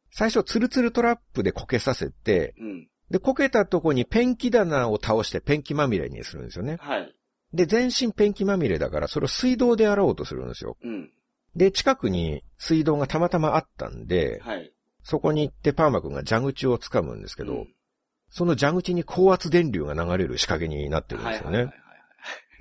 最初、ツルツルトラップでこけさせて、
うん。
で、こけたとこにペンキ棚を倒してペンキまみれにするんですよね。
はい。
で、全身ペンキまみれだから、それを水道で洗おうとするんですよ。
うん。
で、近くに水道がたまたまあったんで、
はい。
そこに行ってパーマ君が蛇口を掴むんですけど、
うん
その蛇口に高圧電流が流れる仕掛けになってるんですよね。
はいはいはい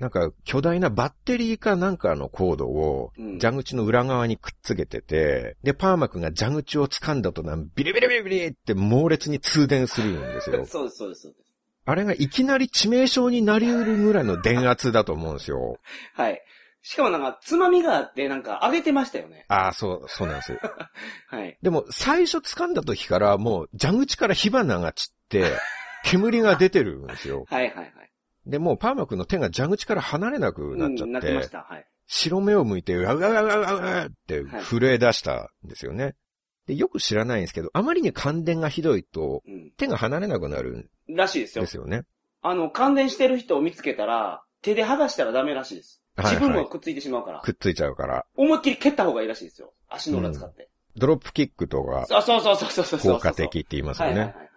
なんか、巨大なバッテリーかなんかのコードを、
うん
蛇口の裏側にくっつけてて、で、パーマ君が蛇口を掴んだとなん、ビリビリビリビリって猛烈に通電するんです
はい。
よ
そうです、そうです、そうです。
あれがいきなり致命傷になり得るぐらいの電圧だと思うんですよ。
はい。しかもなんか、つまみがあって、なんか、上げてましたよね。
ああ、そう、そうなんですよ。
はい。
でも、最初掴んだ時からもう蛇口から火花が散っ て、煙が出てるんですよ。
はいはいはい。
で、もうパーマ君の手が蛇口から離れなくなっちゃ
うんな
っ
ってま
て
し、た。はい。
白目を向いて、うわうわうわうわうわって震え出したんですよね。で、よく知らないんですけど、あまりに感電がひどいと、
うん。
手が離れなくなるん
らしいですよ
で。すよね。
あの、感電してる人を見つけたら、手で剥がしたらダメらしいです。
はいはい
自分もくっついてしまうから。
くっついちゃうから。
思いっきり蹴った方がいいらしいですよ。足の裏使って。
ドロップキックとか、
あ、そうそうそうそうそうそうそう。
効果的って言います
は
よ
いはいは
ね
い。はい。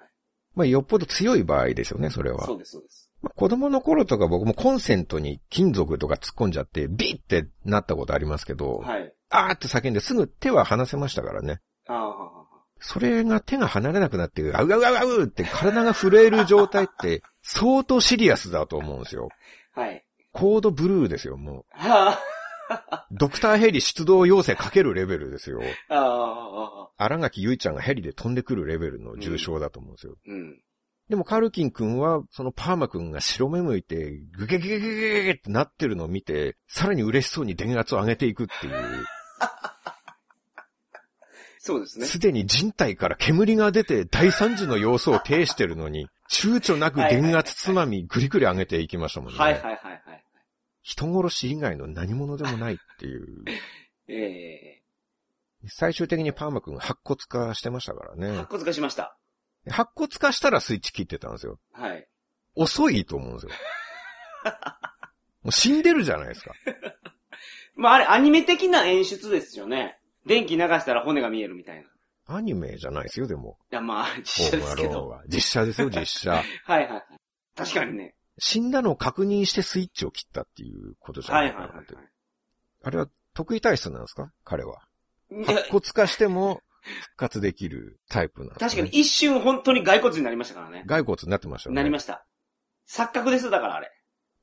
まあ、よっぽど強い場合ですよね、それは
そ。うです、そうです。
まあ子供の頃とか僕もコンセントに金属とか突っ込んじゃって、ビーってなったことありますけど、
はい。
あーって叫んですぐ手は離せましたからね。
ああ。
それが手が離れなくなって、あうあうあうあうって体が震える状態って相当シリアスだと思うんですよ。
はい。
コードブルーですよ、も
あ
う。ドクターヘリ出動要請かけるレベルですよ。
あ。ああ。
荒垣結衣ちゃんがヘリで飛んでくるレベルの重症だと思うんですよ。
うん。
でもカルキン君は、そのパーマ君が白目むいて、グゲゲゲゲゲゲゲってなってるのを見て、さらに嬉しそうに電圧を上げていくっていう。
そうですね。
すでに人体から煙が出て大惨事の様子を呈してるのに、躊躇なく電圧つまみぐりぐり上げていきましたもんね。
はいはいはいはい。
人殺し以外の何者でもないっていう。
ええ
最終的にパーマ君白骨化してましたからね。
白骨化しました。
白骨化したらスイッチ切ってたんですよ。
はい。
遅いと思うんで すよ。もう死んでるじゃないですか。
まああれ、アニメ的な演出ですよね。電気流したら骨が見えるみたいな。い
アニメじゃないですよ、でも。
や、まあ、あれ実写ですけ
ホームアローン
ど。
は。実写ですよ、実写。
はいはいはい。確かにね。
死んだのを確認してスイッチを切ったっていうことじゃ
は
ないい
は
か
い
な
は
と。
い。
あれは得意体質なんですか彼は。
いや
白骨化しても復活できるタイプなんです
確か
ね
に。一瞬本当に骸骨になりましたからね。
骸骨になってましたよね。
なりました。錯覚です、だからあれ。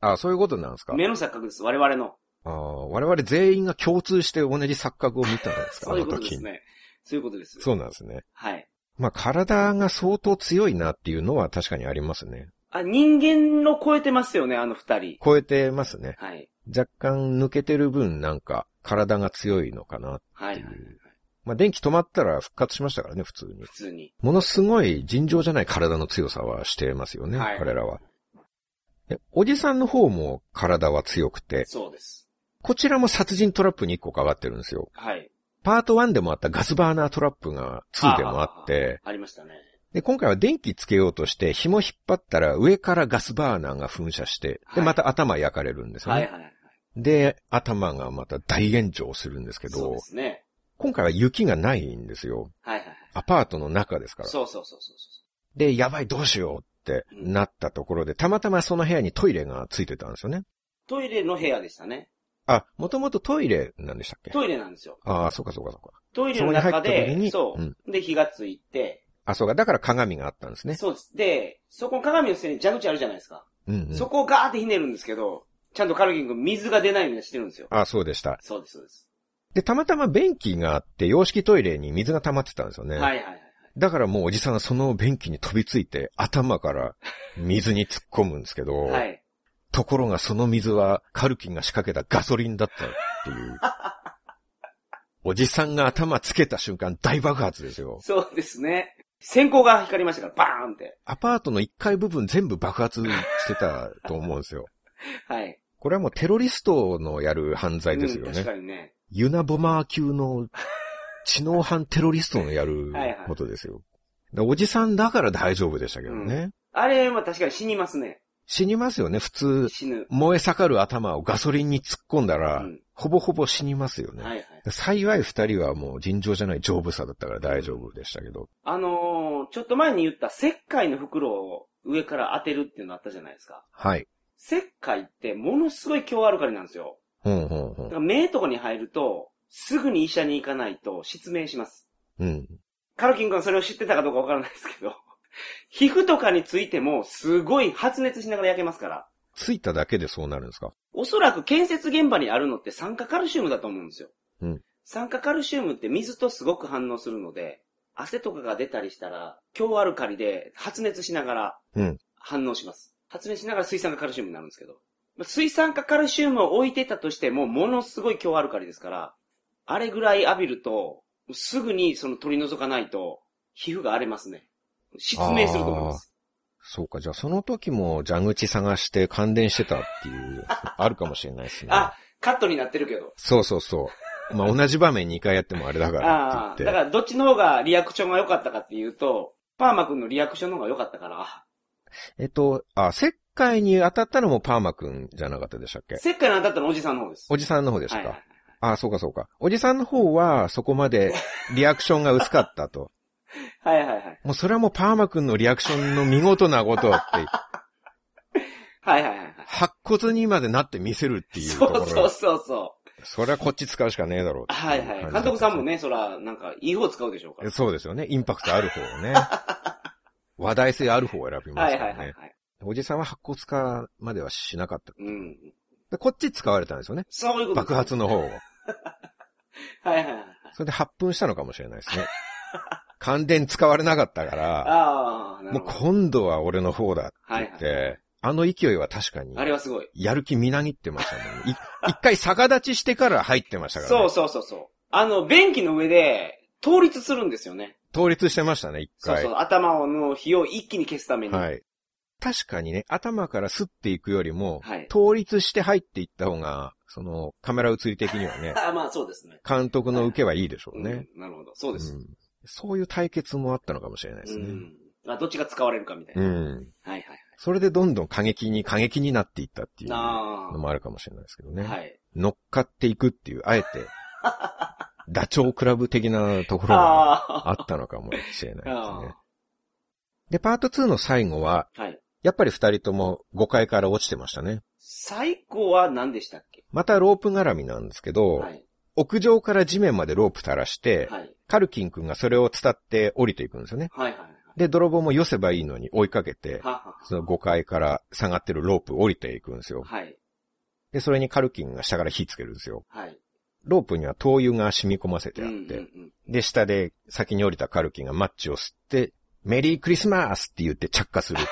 あそういうことなんですか
目の錯覚です、我々の。
あー我々全員が共通して同じ錯覚を見たんですか
そ
あ
ういう
の
ことで
時
す
に。
ね。そういうことです。
そうなんですね。
はい。
まあ、体が相当強いなっていうのは確かにありますね。
あ、人間の超えてますよね、あの二人。
超えてますね。
はい。
若干抜けてる分なんか体が強いのかな。
はいはい
っ
は
て
い。
いうまあ、電気止まったら復活しましたからね、普通に
普。通に。
ものすごい尋常じゃない体の強さはしてますよね、
はい
彼らは。えおじさんの方も体は強くて、
そうです。
こちらも殺人トラップに1個かかってるんですよ。
はい。
パート1でもあったガスバーナートラップが2でもあって、
あ。ありましたね。
で、今回は電気つけようとして紐引っ張ったら上からガスバーナーが噴射して、で、
はい
また頭焼かれるんですよ
はい
ね。
はいはい。
で、頭がまた大炎上するんですけ
そう
ど
で、すね。
今回は雪がないんですよ。
はいはいはい。
アパートの中ですから。
そうそうそうそうそ
で、やばいどうしようってなったところで、たまたまその部屋にトイレがついてたんですよね。
う。トイレの部屋でしたね。
あ、もともとトイレなんでしたっけ
トイレなんですよ。
ああ、そうかそうかそうか。
トイレ
そ
の
こに入
中
った時
で、
に、
そうう。
ん。
で、火がついて、
あ、そうか。だから鏡があったんですね。
そうです。で、そこの鏡の下に蛇口あるじゃないですか。
うん、うん
そ。こをガーってひねるんですけど、ちゃんとカルキン君水が出ないようにしてるんですよ。
あそうでした。
そうです、そうです。
で、たまたま便器があって、洋式トイレに水が溜まってたんですよね。
はいはいはい。
だからもうおじさんはその便器に飛びついて、頭から水に突っ込むんですけど、
はい。
ところがその水はカルキンが仕掛けたガソリンだったって いう。おじさんが頭つけた瞬間大爆発ですよ。
そうですね。閃光が光りましたから、バーンって。
アパートの1階部分全部爆発してたと思うんですよ。
はい。
これはもうテロリストのやる犯罪ですよ
うん
ね。
確かにね。
ユナボマー級の知能犯テロリストのやる
はいはい
ことですよ。だおじさんだから大丈夫でしたけどね。
あれは確かに死にますね。
死にますよね、普通。
死ぬ。
燃え盛る頭をガソリンに突っ込んだら、
うん
ほぼほぼ死にますよね。
はいはい。
幸い二人はもう尋常じゃない丈夫さだったから大丈夫でしたけど。
あのー、ちょっと前に言った石灰の袋を上から当てるっていうのあったじゃないですか。
はい。
石灰ってものすごい強アルカリなんですよ。
うん、うん、う
だ
ん
から目とかに入ると、すぐに医者に行かないと失明します。
うん。
カルキン君はそれを知ってたかどうかわからないですけど、 皮膚とかについてもすごい発熱しながら焼けますから、
ついただけでそうなるんですか
おそらく建設現場にあるのって酸化カルシウムだと思うんですよ。
うん
酸化カルシウムって水とすごく反応するので、汗とかが出たりしたら、強アルカリで発熱しながら
うん
反応します。発熱しながら水酸化カルシウムになるんですけど。まあ水酸化カルシウムを置いてたとしても、ものすごい強アルカリですから、あれぐらい浴びると、すぐにその取り除かないと、皮膚が荒れますね。失明すると思います。
そうか、じゃあその時も蛇口探して感電してたっていう、あるかもしれないです ね。
あ、カットになってるけど。
そうそうそう。 まあ、同じ場面2回やってもあれだから
あ
っ
あ、
て
だ
言って。
からどっちの方がリアクションが良かったかっていうと、パーマ君のリアクションの方が良かったから、
えっと、あ、石灰に当たったのもパーマくんじゃなかったでしたっけ
せっかいの当たったのおじさんの方です。
おじさんの方でした
はいはい
か。あ、そうかそうか。おじさんの方はそこまでリアクションが薄かったと。
はいはいはい。
もうそれはもうパーマ君のリアクションの見事なことって。
はいはいはいはい。
白骨にまでなって見せるっていうと
そ
ころ
うそうそうそ
それはこっち使うしかねえだろう
う。はいはい。監督さんも。ね、そら、なんか、いい方使うでしょうから。
そうですよね。インパクトある方を ね。話題性ある方を選びま
は
す
い
か
はい
ら
はい
ね。
はい。
おじさんは白骨化まではしなかった。
うん。
でこっち使われたんですよね。
そういうこと。
爆発。の 方を。
はいはいはい。
それで発奮したのかもしれないですね。感電使われなかったから、
ああ、なる
もう
ほど。
今度は俺の方だって言って、
はい
あの勢いは確かに、
あれはすごい。
やる気みなぎってましたもんね。い一回逆立ちしてから入ってましたから
そ
ね
う。そうそうそう。あの、便器の上で、倒立するんですよね。
倒立してましたね、一
そう
回。
そう。頭の火を一気に消すために。。
はいい。確かにね、頭からスっていくよりも、
はい。
倒立して入っていった方が、その、カメラ映り的には ね、
ああ、まあそうですね。
監督の受けはいいでしょうね。
うん。なるほど。そうです。
うんそういう対決もあったのかもしれないで
う
すね。
ん。あ、どっちが使われるかみたいうな。
ん。
はいはいはい。
それでどんどん過激に過激になっていったっていうの
なあ。
もあるかもしれないですけどね。
はい。
乗っかっていくっていう、あ えて、ダチョウクラブ的なところが
あ
あったのかもしれない
あ。
ですね
あ。
で、パート2の最後は、
あ。はい。
やっぱり二人とも5階から落ちてましたね。
最高は何でしたっけ
またロープ絡みなんですけど、
はい。
屋上から地面までロープ垂らして、
はい。
カルキン君がそれを伝って降りていくんですよね。
はいはいはい。
で、泥棒も寄せばいいのに追いかけて、
はは
その5階から下がってるロープ降りていくんですよ。
はい。
で、それにカルキンが下から火つけるんですよ。
はい。
ロープには灯油が染み込ませて
うん
あ
う
っ
ん
て、
うん。
で、下で先に降りたカルキンがマッチを吸って、メリークリスマスって言って着火するって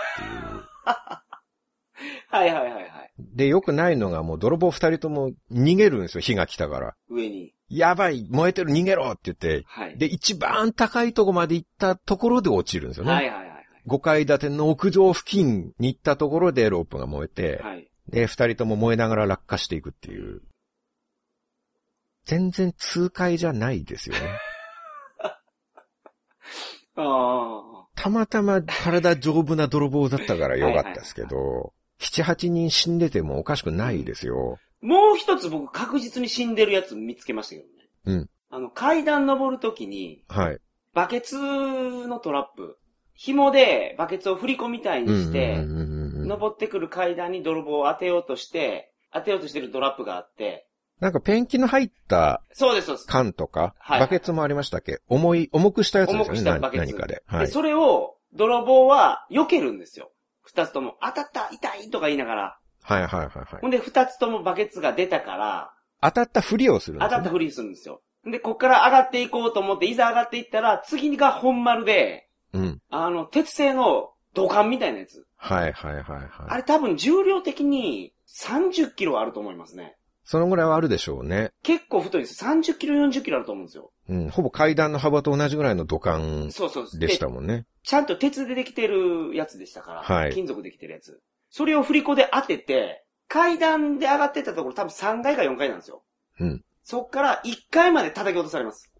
はいはいはいはい。
いう。で、良くないのがもう泥棒二人とも逃げるんですよ、火が来たから。
上に。
やばい、燃えてる逃げろって言って、
はい。
で、一番高いとこまで行ったところで落ちるんですよね。
はいはいはい
5階建ての屋上付近に行ったところでロープが燃えて、
はい。はい。
で、二人とも燃えながら落下していくっていう。全然痛快じゃないですよ ね。
あ
たまたま体丈夫な泥棒だったからよかったですけど、七八人死んでてもおかしくないですよ。
あ。もう一つ僕確実に死んでるやつ見つけましたけどね。
うん。
あの、階段登るときに、
はい。
バケツのトラップ。紐でバケツを振り子みたいにして、
うんうんうんうんうん
登ってくる階段に泥棒を当てようとして、当てようとしてるドラップがあって、
なんかペンキの入った
そうです、そうです。
缶とか、
はい
バケツもありましたっけ重い、重くしたやつで
重
すよ
く
ね。
し
な
たバケ
何
ツ。
かで。はい。
それを、泥棒は避けるんですよ。二つとも、当たった痛いとか言いながら。
はいはいはいはい
ほ。んで、二つともバケツが出たから、
当たったふりをするんです
当た
よ
っ
ね
た。ふりするんですよ。で、こっから上がっていこうと思って、いざ上がっていったら、次が本丸で、
うん。
あの、鉄製の土管みたいなやつ。
はいはいはい
あ
はい。
れ多分重量的に30キロあると思いますね。
そのぐらいはあるでしょうね。
結構太いです。30キロ、40キロあると思うんですよ。
うん。ほぼ階段の幅と同じぐらいの土管
そうそう
でした
で
もんね。
ちゃんと鉄でできてるやつでしたから。
はい
金属できてるやつ。それを振り子で当てて、階段で上がってったところ多分3階か4階なんですよ。
うん。
そっから1階まで叩き落とされます。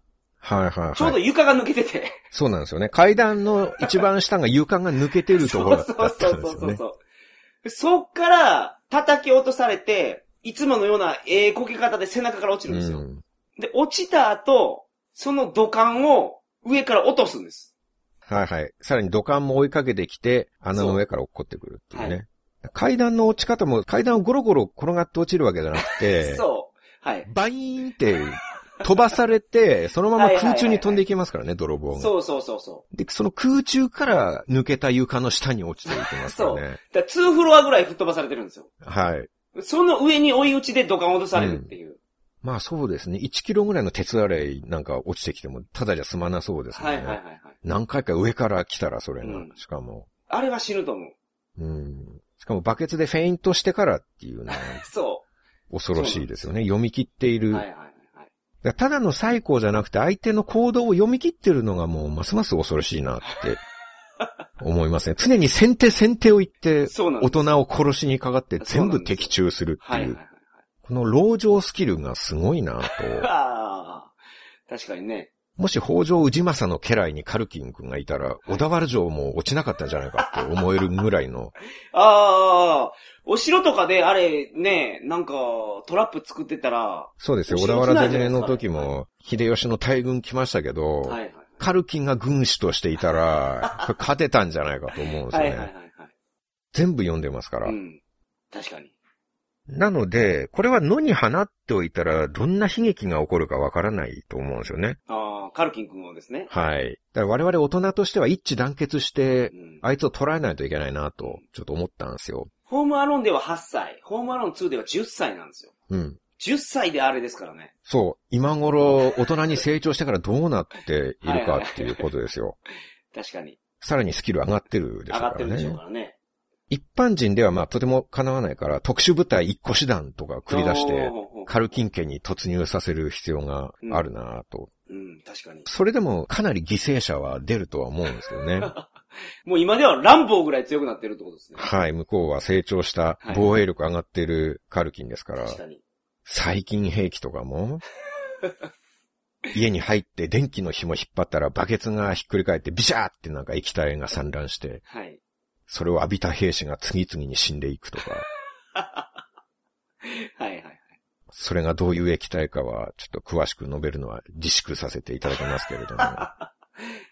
はいは
ち
い
ょう
は
ど
い。
床が抜け てて。
そうなんですよね。階段の一番下が床が抜けてるところだっ
そう
た
そ
んで
う
す
そう
よ
そう
ね。
そう。そっから叩き落とされて、いつものようなええこけ方で背中から落ちるんですよ。
うん。
で、落ちた後、その土管を上から落とすんです。
はいはい。さらに土管も追いかけてきて、穴の上から落っこってくるっていうね。階段の落ち方も階段をゴロゴロ転がって落ちるわけじゃなくて、
そう。はい。
バイーンって飛ばされて、そのまま空中に飛んでいきますからね、泥棒が。
そうそうそうそう。
で、その空中から抜けた床の下に落ちていきますよね。
だから2フロアぐらい吹っ飛ばされてるんですよ。
はい。
その上に追い打ちで土管を落とされるっていう。
まあそうですね。1キロぐらいの鉄アレイなんか落ちてきても、ただじゃ済まなそうですも
は
ん
い
ね。
はいはいはい。
何回か上から来たら、それが、
うん
しかも。
あれは死ぬと思う。
うん。しかもバケツでフェイントしてからっていう のは
そ。
恐ろしいですよね。読み切っていうる。
はいはいはいはい。
だからただの最高じゃなくて、相手の行動を読み切ってるのがもう、ますます恐ろしいな って、思いますね。常に先手先手を言って、
そうなんで
大
す。
人を殺しにかかって
そう
全
なんです
部的中するって
は
い
いは
う
いはい。
この牢城スキルがすごいなと。
ああ、確かにね。
もし北条氏政の家来にカルキン君がいたら、小田原城も落ちなかったんじゃないかって思えるぐらいの。
ああ、お城とかであれね、なんかトラップ作ってたら、
そうですよ。小
落ち
田
落ちな
原
いじ
攻
ゃない
め
ですか
の時も、秀吉の大軍来ましたけど、
はいはい。
カルキンが軍師としてい たら、これ勝てたんじゃないかと思うんです
は
よ
いはいはい
ね。全部読んでますから
はい。う。ん。確かに。
なので、これは野に放っておいたら、どんな悲劇が起こるかわからないと思うんですよね。
ああ、カルキン君をですね。
はい。だから我々大人としては一致団結して
う、ん、
あいつを捉えないといけないなと、ちょっと思ったんですよ。
ホームアローンでは8歳、ホームアローン2では10歳なんですよ。
うん。
10歳であれですからね。
そう。今頃、大人に成長してからどうなっているかっていうことですよ。
確かに。
さらにスキル上がってるでしょ
上
うか
がって
ら
るでしょう
ね
か。らね。
一般人ではまあとても叶わないから、特殊部隊一個師団とか繰り出して、
おー
カルキン家に突入させる必要があるなと。
うん、確かに。
それでもかなり犠牲者は出るとは思うんですよね。
もう今ではランボーぐらい強くなってるってことですね。
はい、向こうは成長した
はい
防衛力上がってるカルキンですから、
確かに。
最近兵器とかも、家に入って電気の紐引っ張ったらバケツがひっくり返ってビシャーってなんか液体が散乱して、
はい。
それを浴びた兵士が次々に死んでいくとか、
はいはい。
それがどういう液体かはちょっと詳しく述べるのは自粛させていただきますけれども。だ
は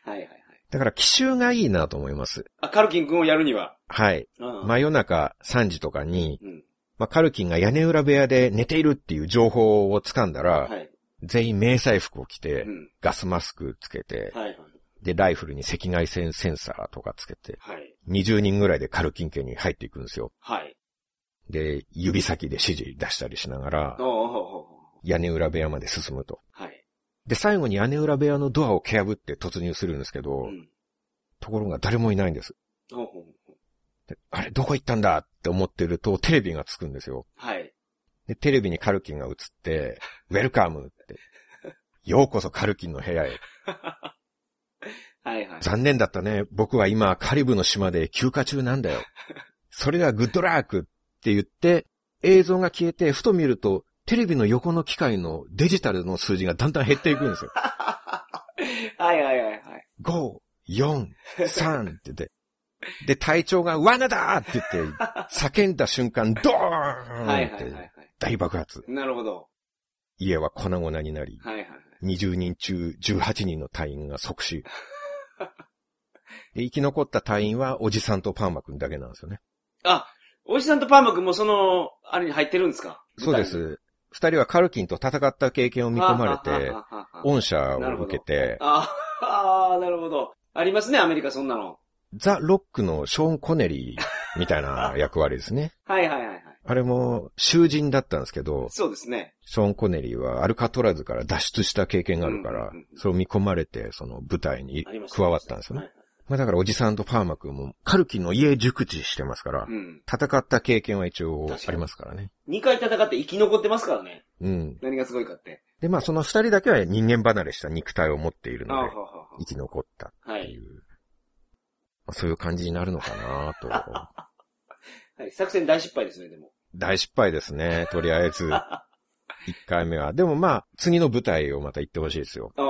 いはいはい。
から奇襲がいいなと思います。
あ、カルキン君をやるには。
はい。
うん。
真夜中3時とかに、
うん。
まあ、カルキンが屋根裏部屋で寝ているっていう情報を掴んだら、
はい。
全員迷彩服を着て
う、ん。
ガスマスクつけて、
はいはい。
で、ライフルに赤外線センサーとかつけて、
はい。
20人ぐらいでカルキン家に入っていくんですよ。
はい。
で、指先で指示出したりしながら
お、ーおーおーお
屋根裏部屋まで進むと。
ーはい。
で、最後に屋根裏部屋のドアを蹴破って突入するんですけ
う
ど、
ん。
ところが誰もいないんです。
おーおーおー
であれ、どこ行ったんだって思ってると、テレビがつくんですよ。
はい。
で、テレビにカルキンが映って、ウェルカムって。ようこそカルキンの部屋へ。
はいはい。
残念だったね。僕は今、カリブの島で休暇中なんだ よ。それではグッドラークって言って、映像が消えて、ふと見ると、テレビの横の機械のデジタルの数字がだんだん減っていくん ですよ。
はいはいはいはい。
5、4、3って言って。で、隊長が、罠だって言って、叫んだ瞬間、ド
はい
ーン
は
っ
いはいは
て
い。
大爆発。
なるほど。
家は粉々になり、
はいはいはい。
20人中18人の隊員が即 死。で生き残った隊員はおじさんとパーマ君だけなんですよね。
あ、おじさんとパーマ君もその、あれに入ってるんですか
そうで。
舞
す。二人はカルキンと戦った経験を見込まれ
台に
て、
ああああああ
御社を受けて、
あああ、なるほど。ありますね、アメリカそんなの。
ザ・ロックのショーン・コネリーみたい な役割ですね。
はいはいはいはい。
あれも囚人だったんですけど、
そうですね。
ショーン・コネリーはアルカトラズから脱出した経験があるから
うんうんう、ん
それを見込まれて、その舞台に
ありました。
加わったんですよね
は。い
まあだからおじさんとパーマ君もカルキンの家熟知してますから
はい。う、ん。
戦った経験は一応
確かに
ありますからね。
2回戦って生き残ってますからね。
うん。
何がすごいかって。
で、まあその二人だけは人間離れした肉体を持っている
ああ、
の
は
で、
あは
生き残った
あは
ってい
い。
う、まあそういう感じになるのかな と。
はい。作戦大失敗ですね、でも。
大失敗ですね、とりあえず。一回目は。でもまあ、次の舞台をまた行ってほしいですよ。
あ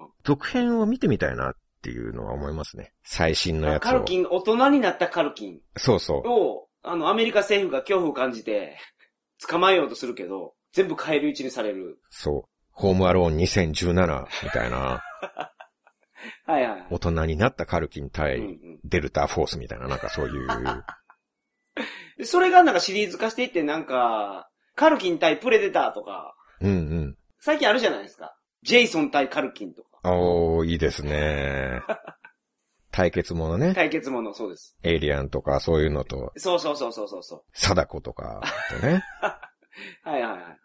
ああ
続編を見てみたいなっていうのは思いますね。最新の
あああ。
やつ
カ
を
ル。キン、大人になったカルキン
そうそう。
を、あの、アメリカ政府が恐怖を感じて、捕まえようとするけど、全部変えるうちにされる。
そう。ホームアローン2017みたいな、
はいはいはい。
大人になったカルキン
うんう
対
ん
デルタフォースみたいな、なんかそういう。
でそれがなんかシリーズ化していって、なんか、カルキン対プレデターとか、
うんうん。
最近あるじゃないですか。ジェイソン対カルキンとか、
おー、いいです ね。対決ものね。
対決もの、そうです。
エイリアンとかそういうのと、
そうそうそうそうそうそ
貞子とかとね。
う。はいはいはいはい。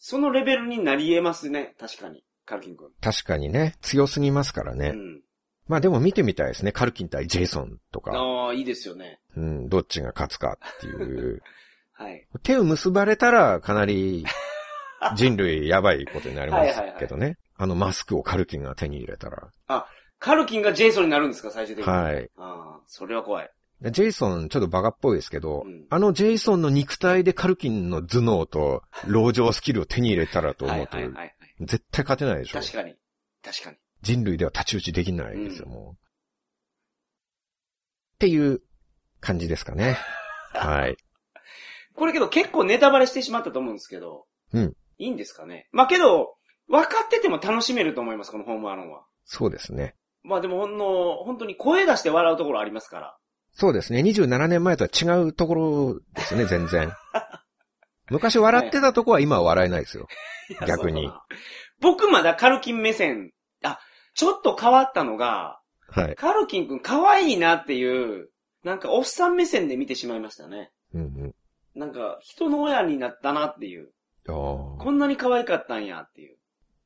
そのレベルになり得ますね、確かに。カルキン君。
確かにね、強すぎますから
う
ね。
ん。
まあでも見てみたいですね。カルキン対ジェイソンとか、
ああ、いいですよね。
うん、どっちが勝つかっていう。
はい。
手を結ばれたらかな り人類やばいことになりますけどね。あのマスクをカルキンが手に入れたら。
カルキンがジェイソンになるんですか、最終的に。い。
はい。
ああ、それは怖い。
でジェイソンちょっとバカっぽいですけど、
うん
あのジェイソンの肉体でカルキンの頭脳と籠城スキルを手に入れたらと
は
思
いう
と
はい、はいはい。
絶対勝てないでしょ。
確かに。確かに。
人類では太刀打ちできないですよ、
うん
もう。っていう感じですか ね。はい。
これけど結構ネタバレしてしまったと思うんですけど。
うん。
いいんですかね。まあけど、分かってても楽しめると思います、このホームアローンは。
そうですね。
まあでもほんの、本当に声出して笑うところありますから。
そうですね。27年前とは違うところですよね、全 然。昔笑ってたとこは今は笑えないですよ。
いや
逆に
そうか僕まだカルキン目線、あ、ちょっと変わったのが、
はい。
カルキンくん可愛いなっていう、なんかおっさん目線で見てしまいましたね。
うんうん。
なんか人の親になったなっていう。
ああ。
こんなに可愛かったんやっていう。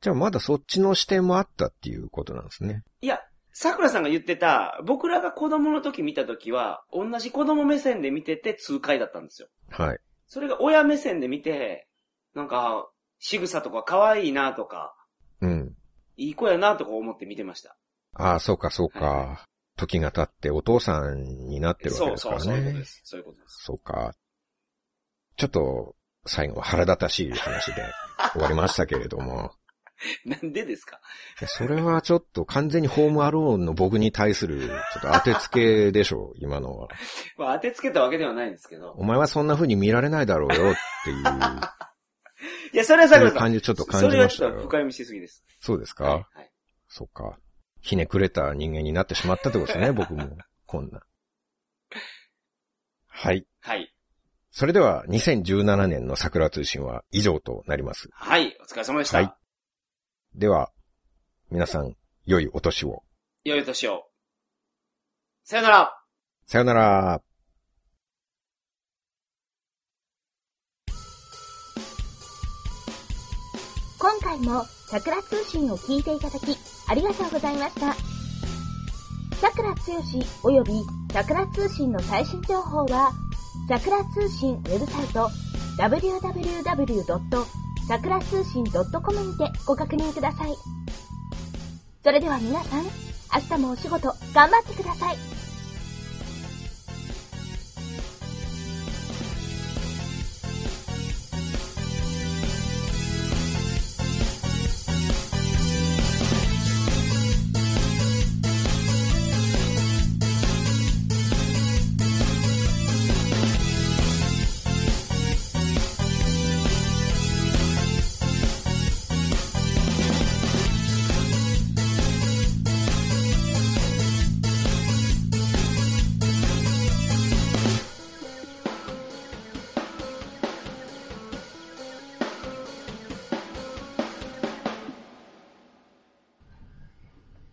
じゃあまだそっちの視点もあったっていうことなんですね。
いや、桜さんが言ってた、僕らが子供の時見た時は、同じ子供目線で見てて痛快だったんですよ。
はい。
それが親目線で見て、なんか、仕草とか可愛いなとか、
うん。
いい子やなとか思って見てました。
ああ、そうかそうか。
は
時が経ってお父さんになってるわけ
そ
で
う
すか
そ
ら
う、そういうこと
ね
で。す。そういうことです。
そうか。ちょっと、最後は腹立たしい話で終わりましたけれど も。
なんでですか
いやそれはちょっと完全にホームアローンの僕に対する、ちょっと当てつけでしょう、今のは。
まあ当てつけたわけではないんですけど。
お前はそんな風に見られないだろうよって いう、
いや、それは
そうい
桜
う
さん。
感じちょっと
そ
感じ
れは
まし
ち
た
ょっと
よ
深。読みしすぎです。
そうですか、
はいはい。
そうか。ひねくれた人間になってしまったってことです ね、僕も。こんな。はい。
はい。
それでは、2017年の桜通信は以上となります。
はい。お疲れ様でした。
はいでは、皆さん、良いお年を。
良いお年を。さよなら
さよなら。
今回も桜通信を聞いていただき、ありがとうございました。桜つよし及び桜通信の最新情報は、桜通信ウェブサイト www.sakura 通信 .com にてご確認ください。それでは皆さん、明日もお仕事頑張ってください。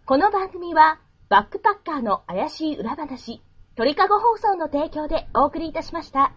この番組は、バックパッカーの怪しい裏話、鳥かご放送の提供でお送りいたしました。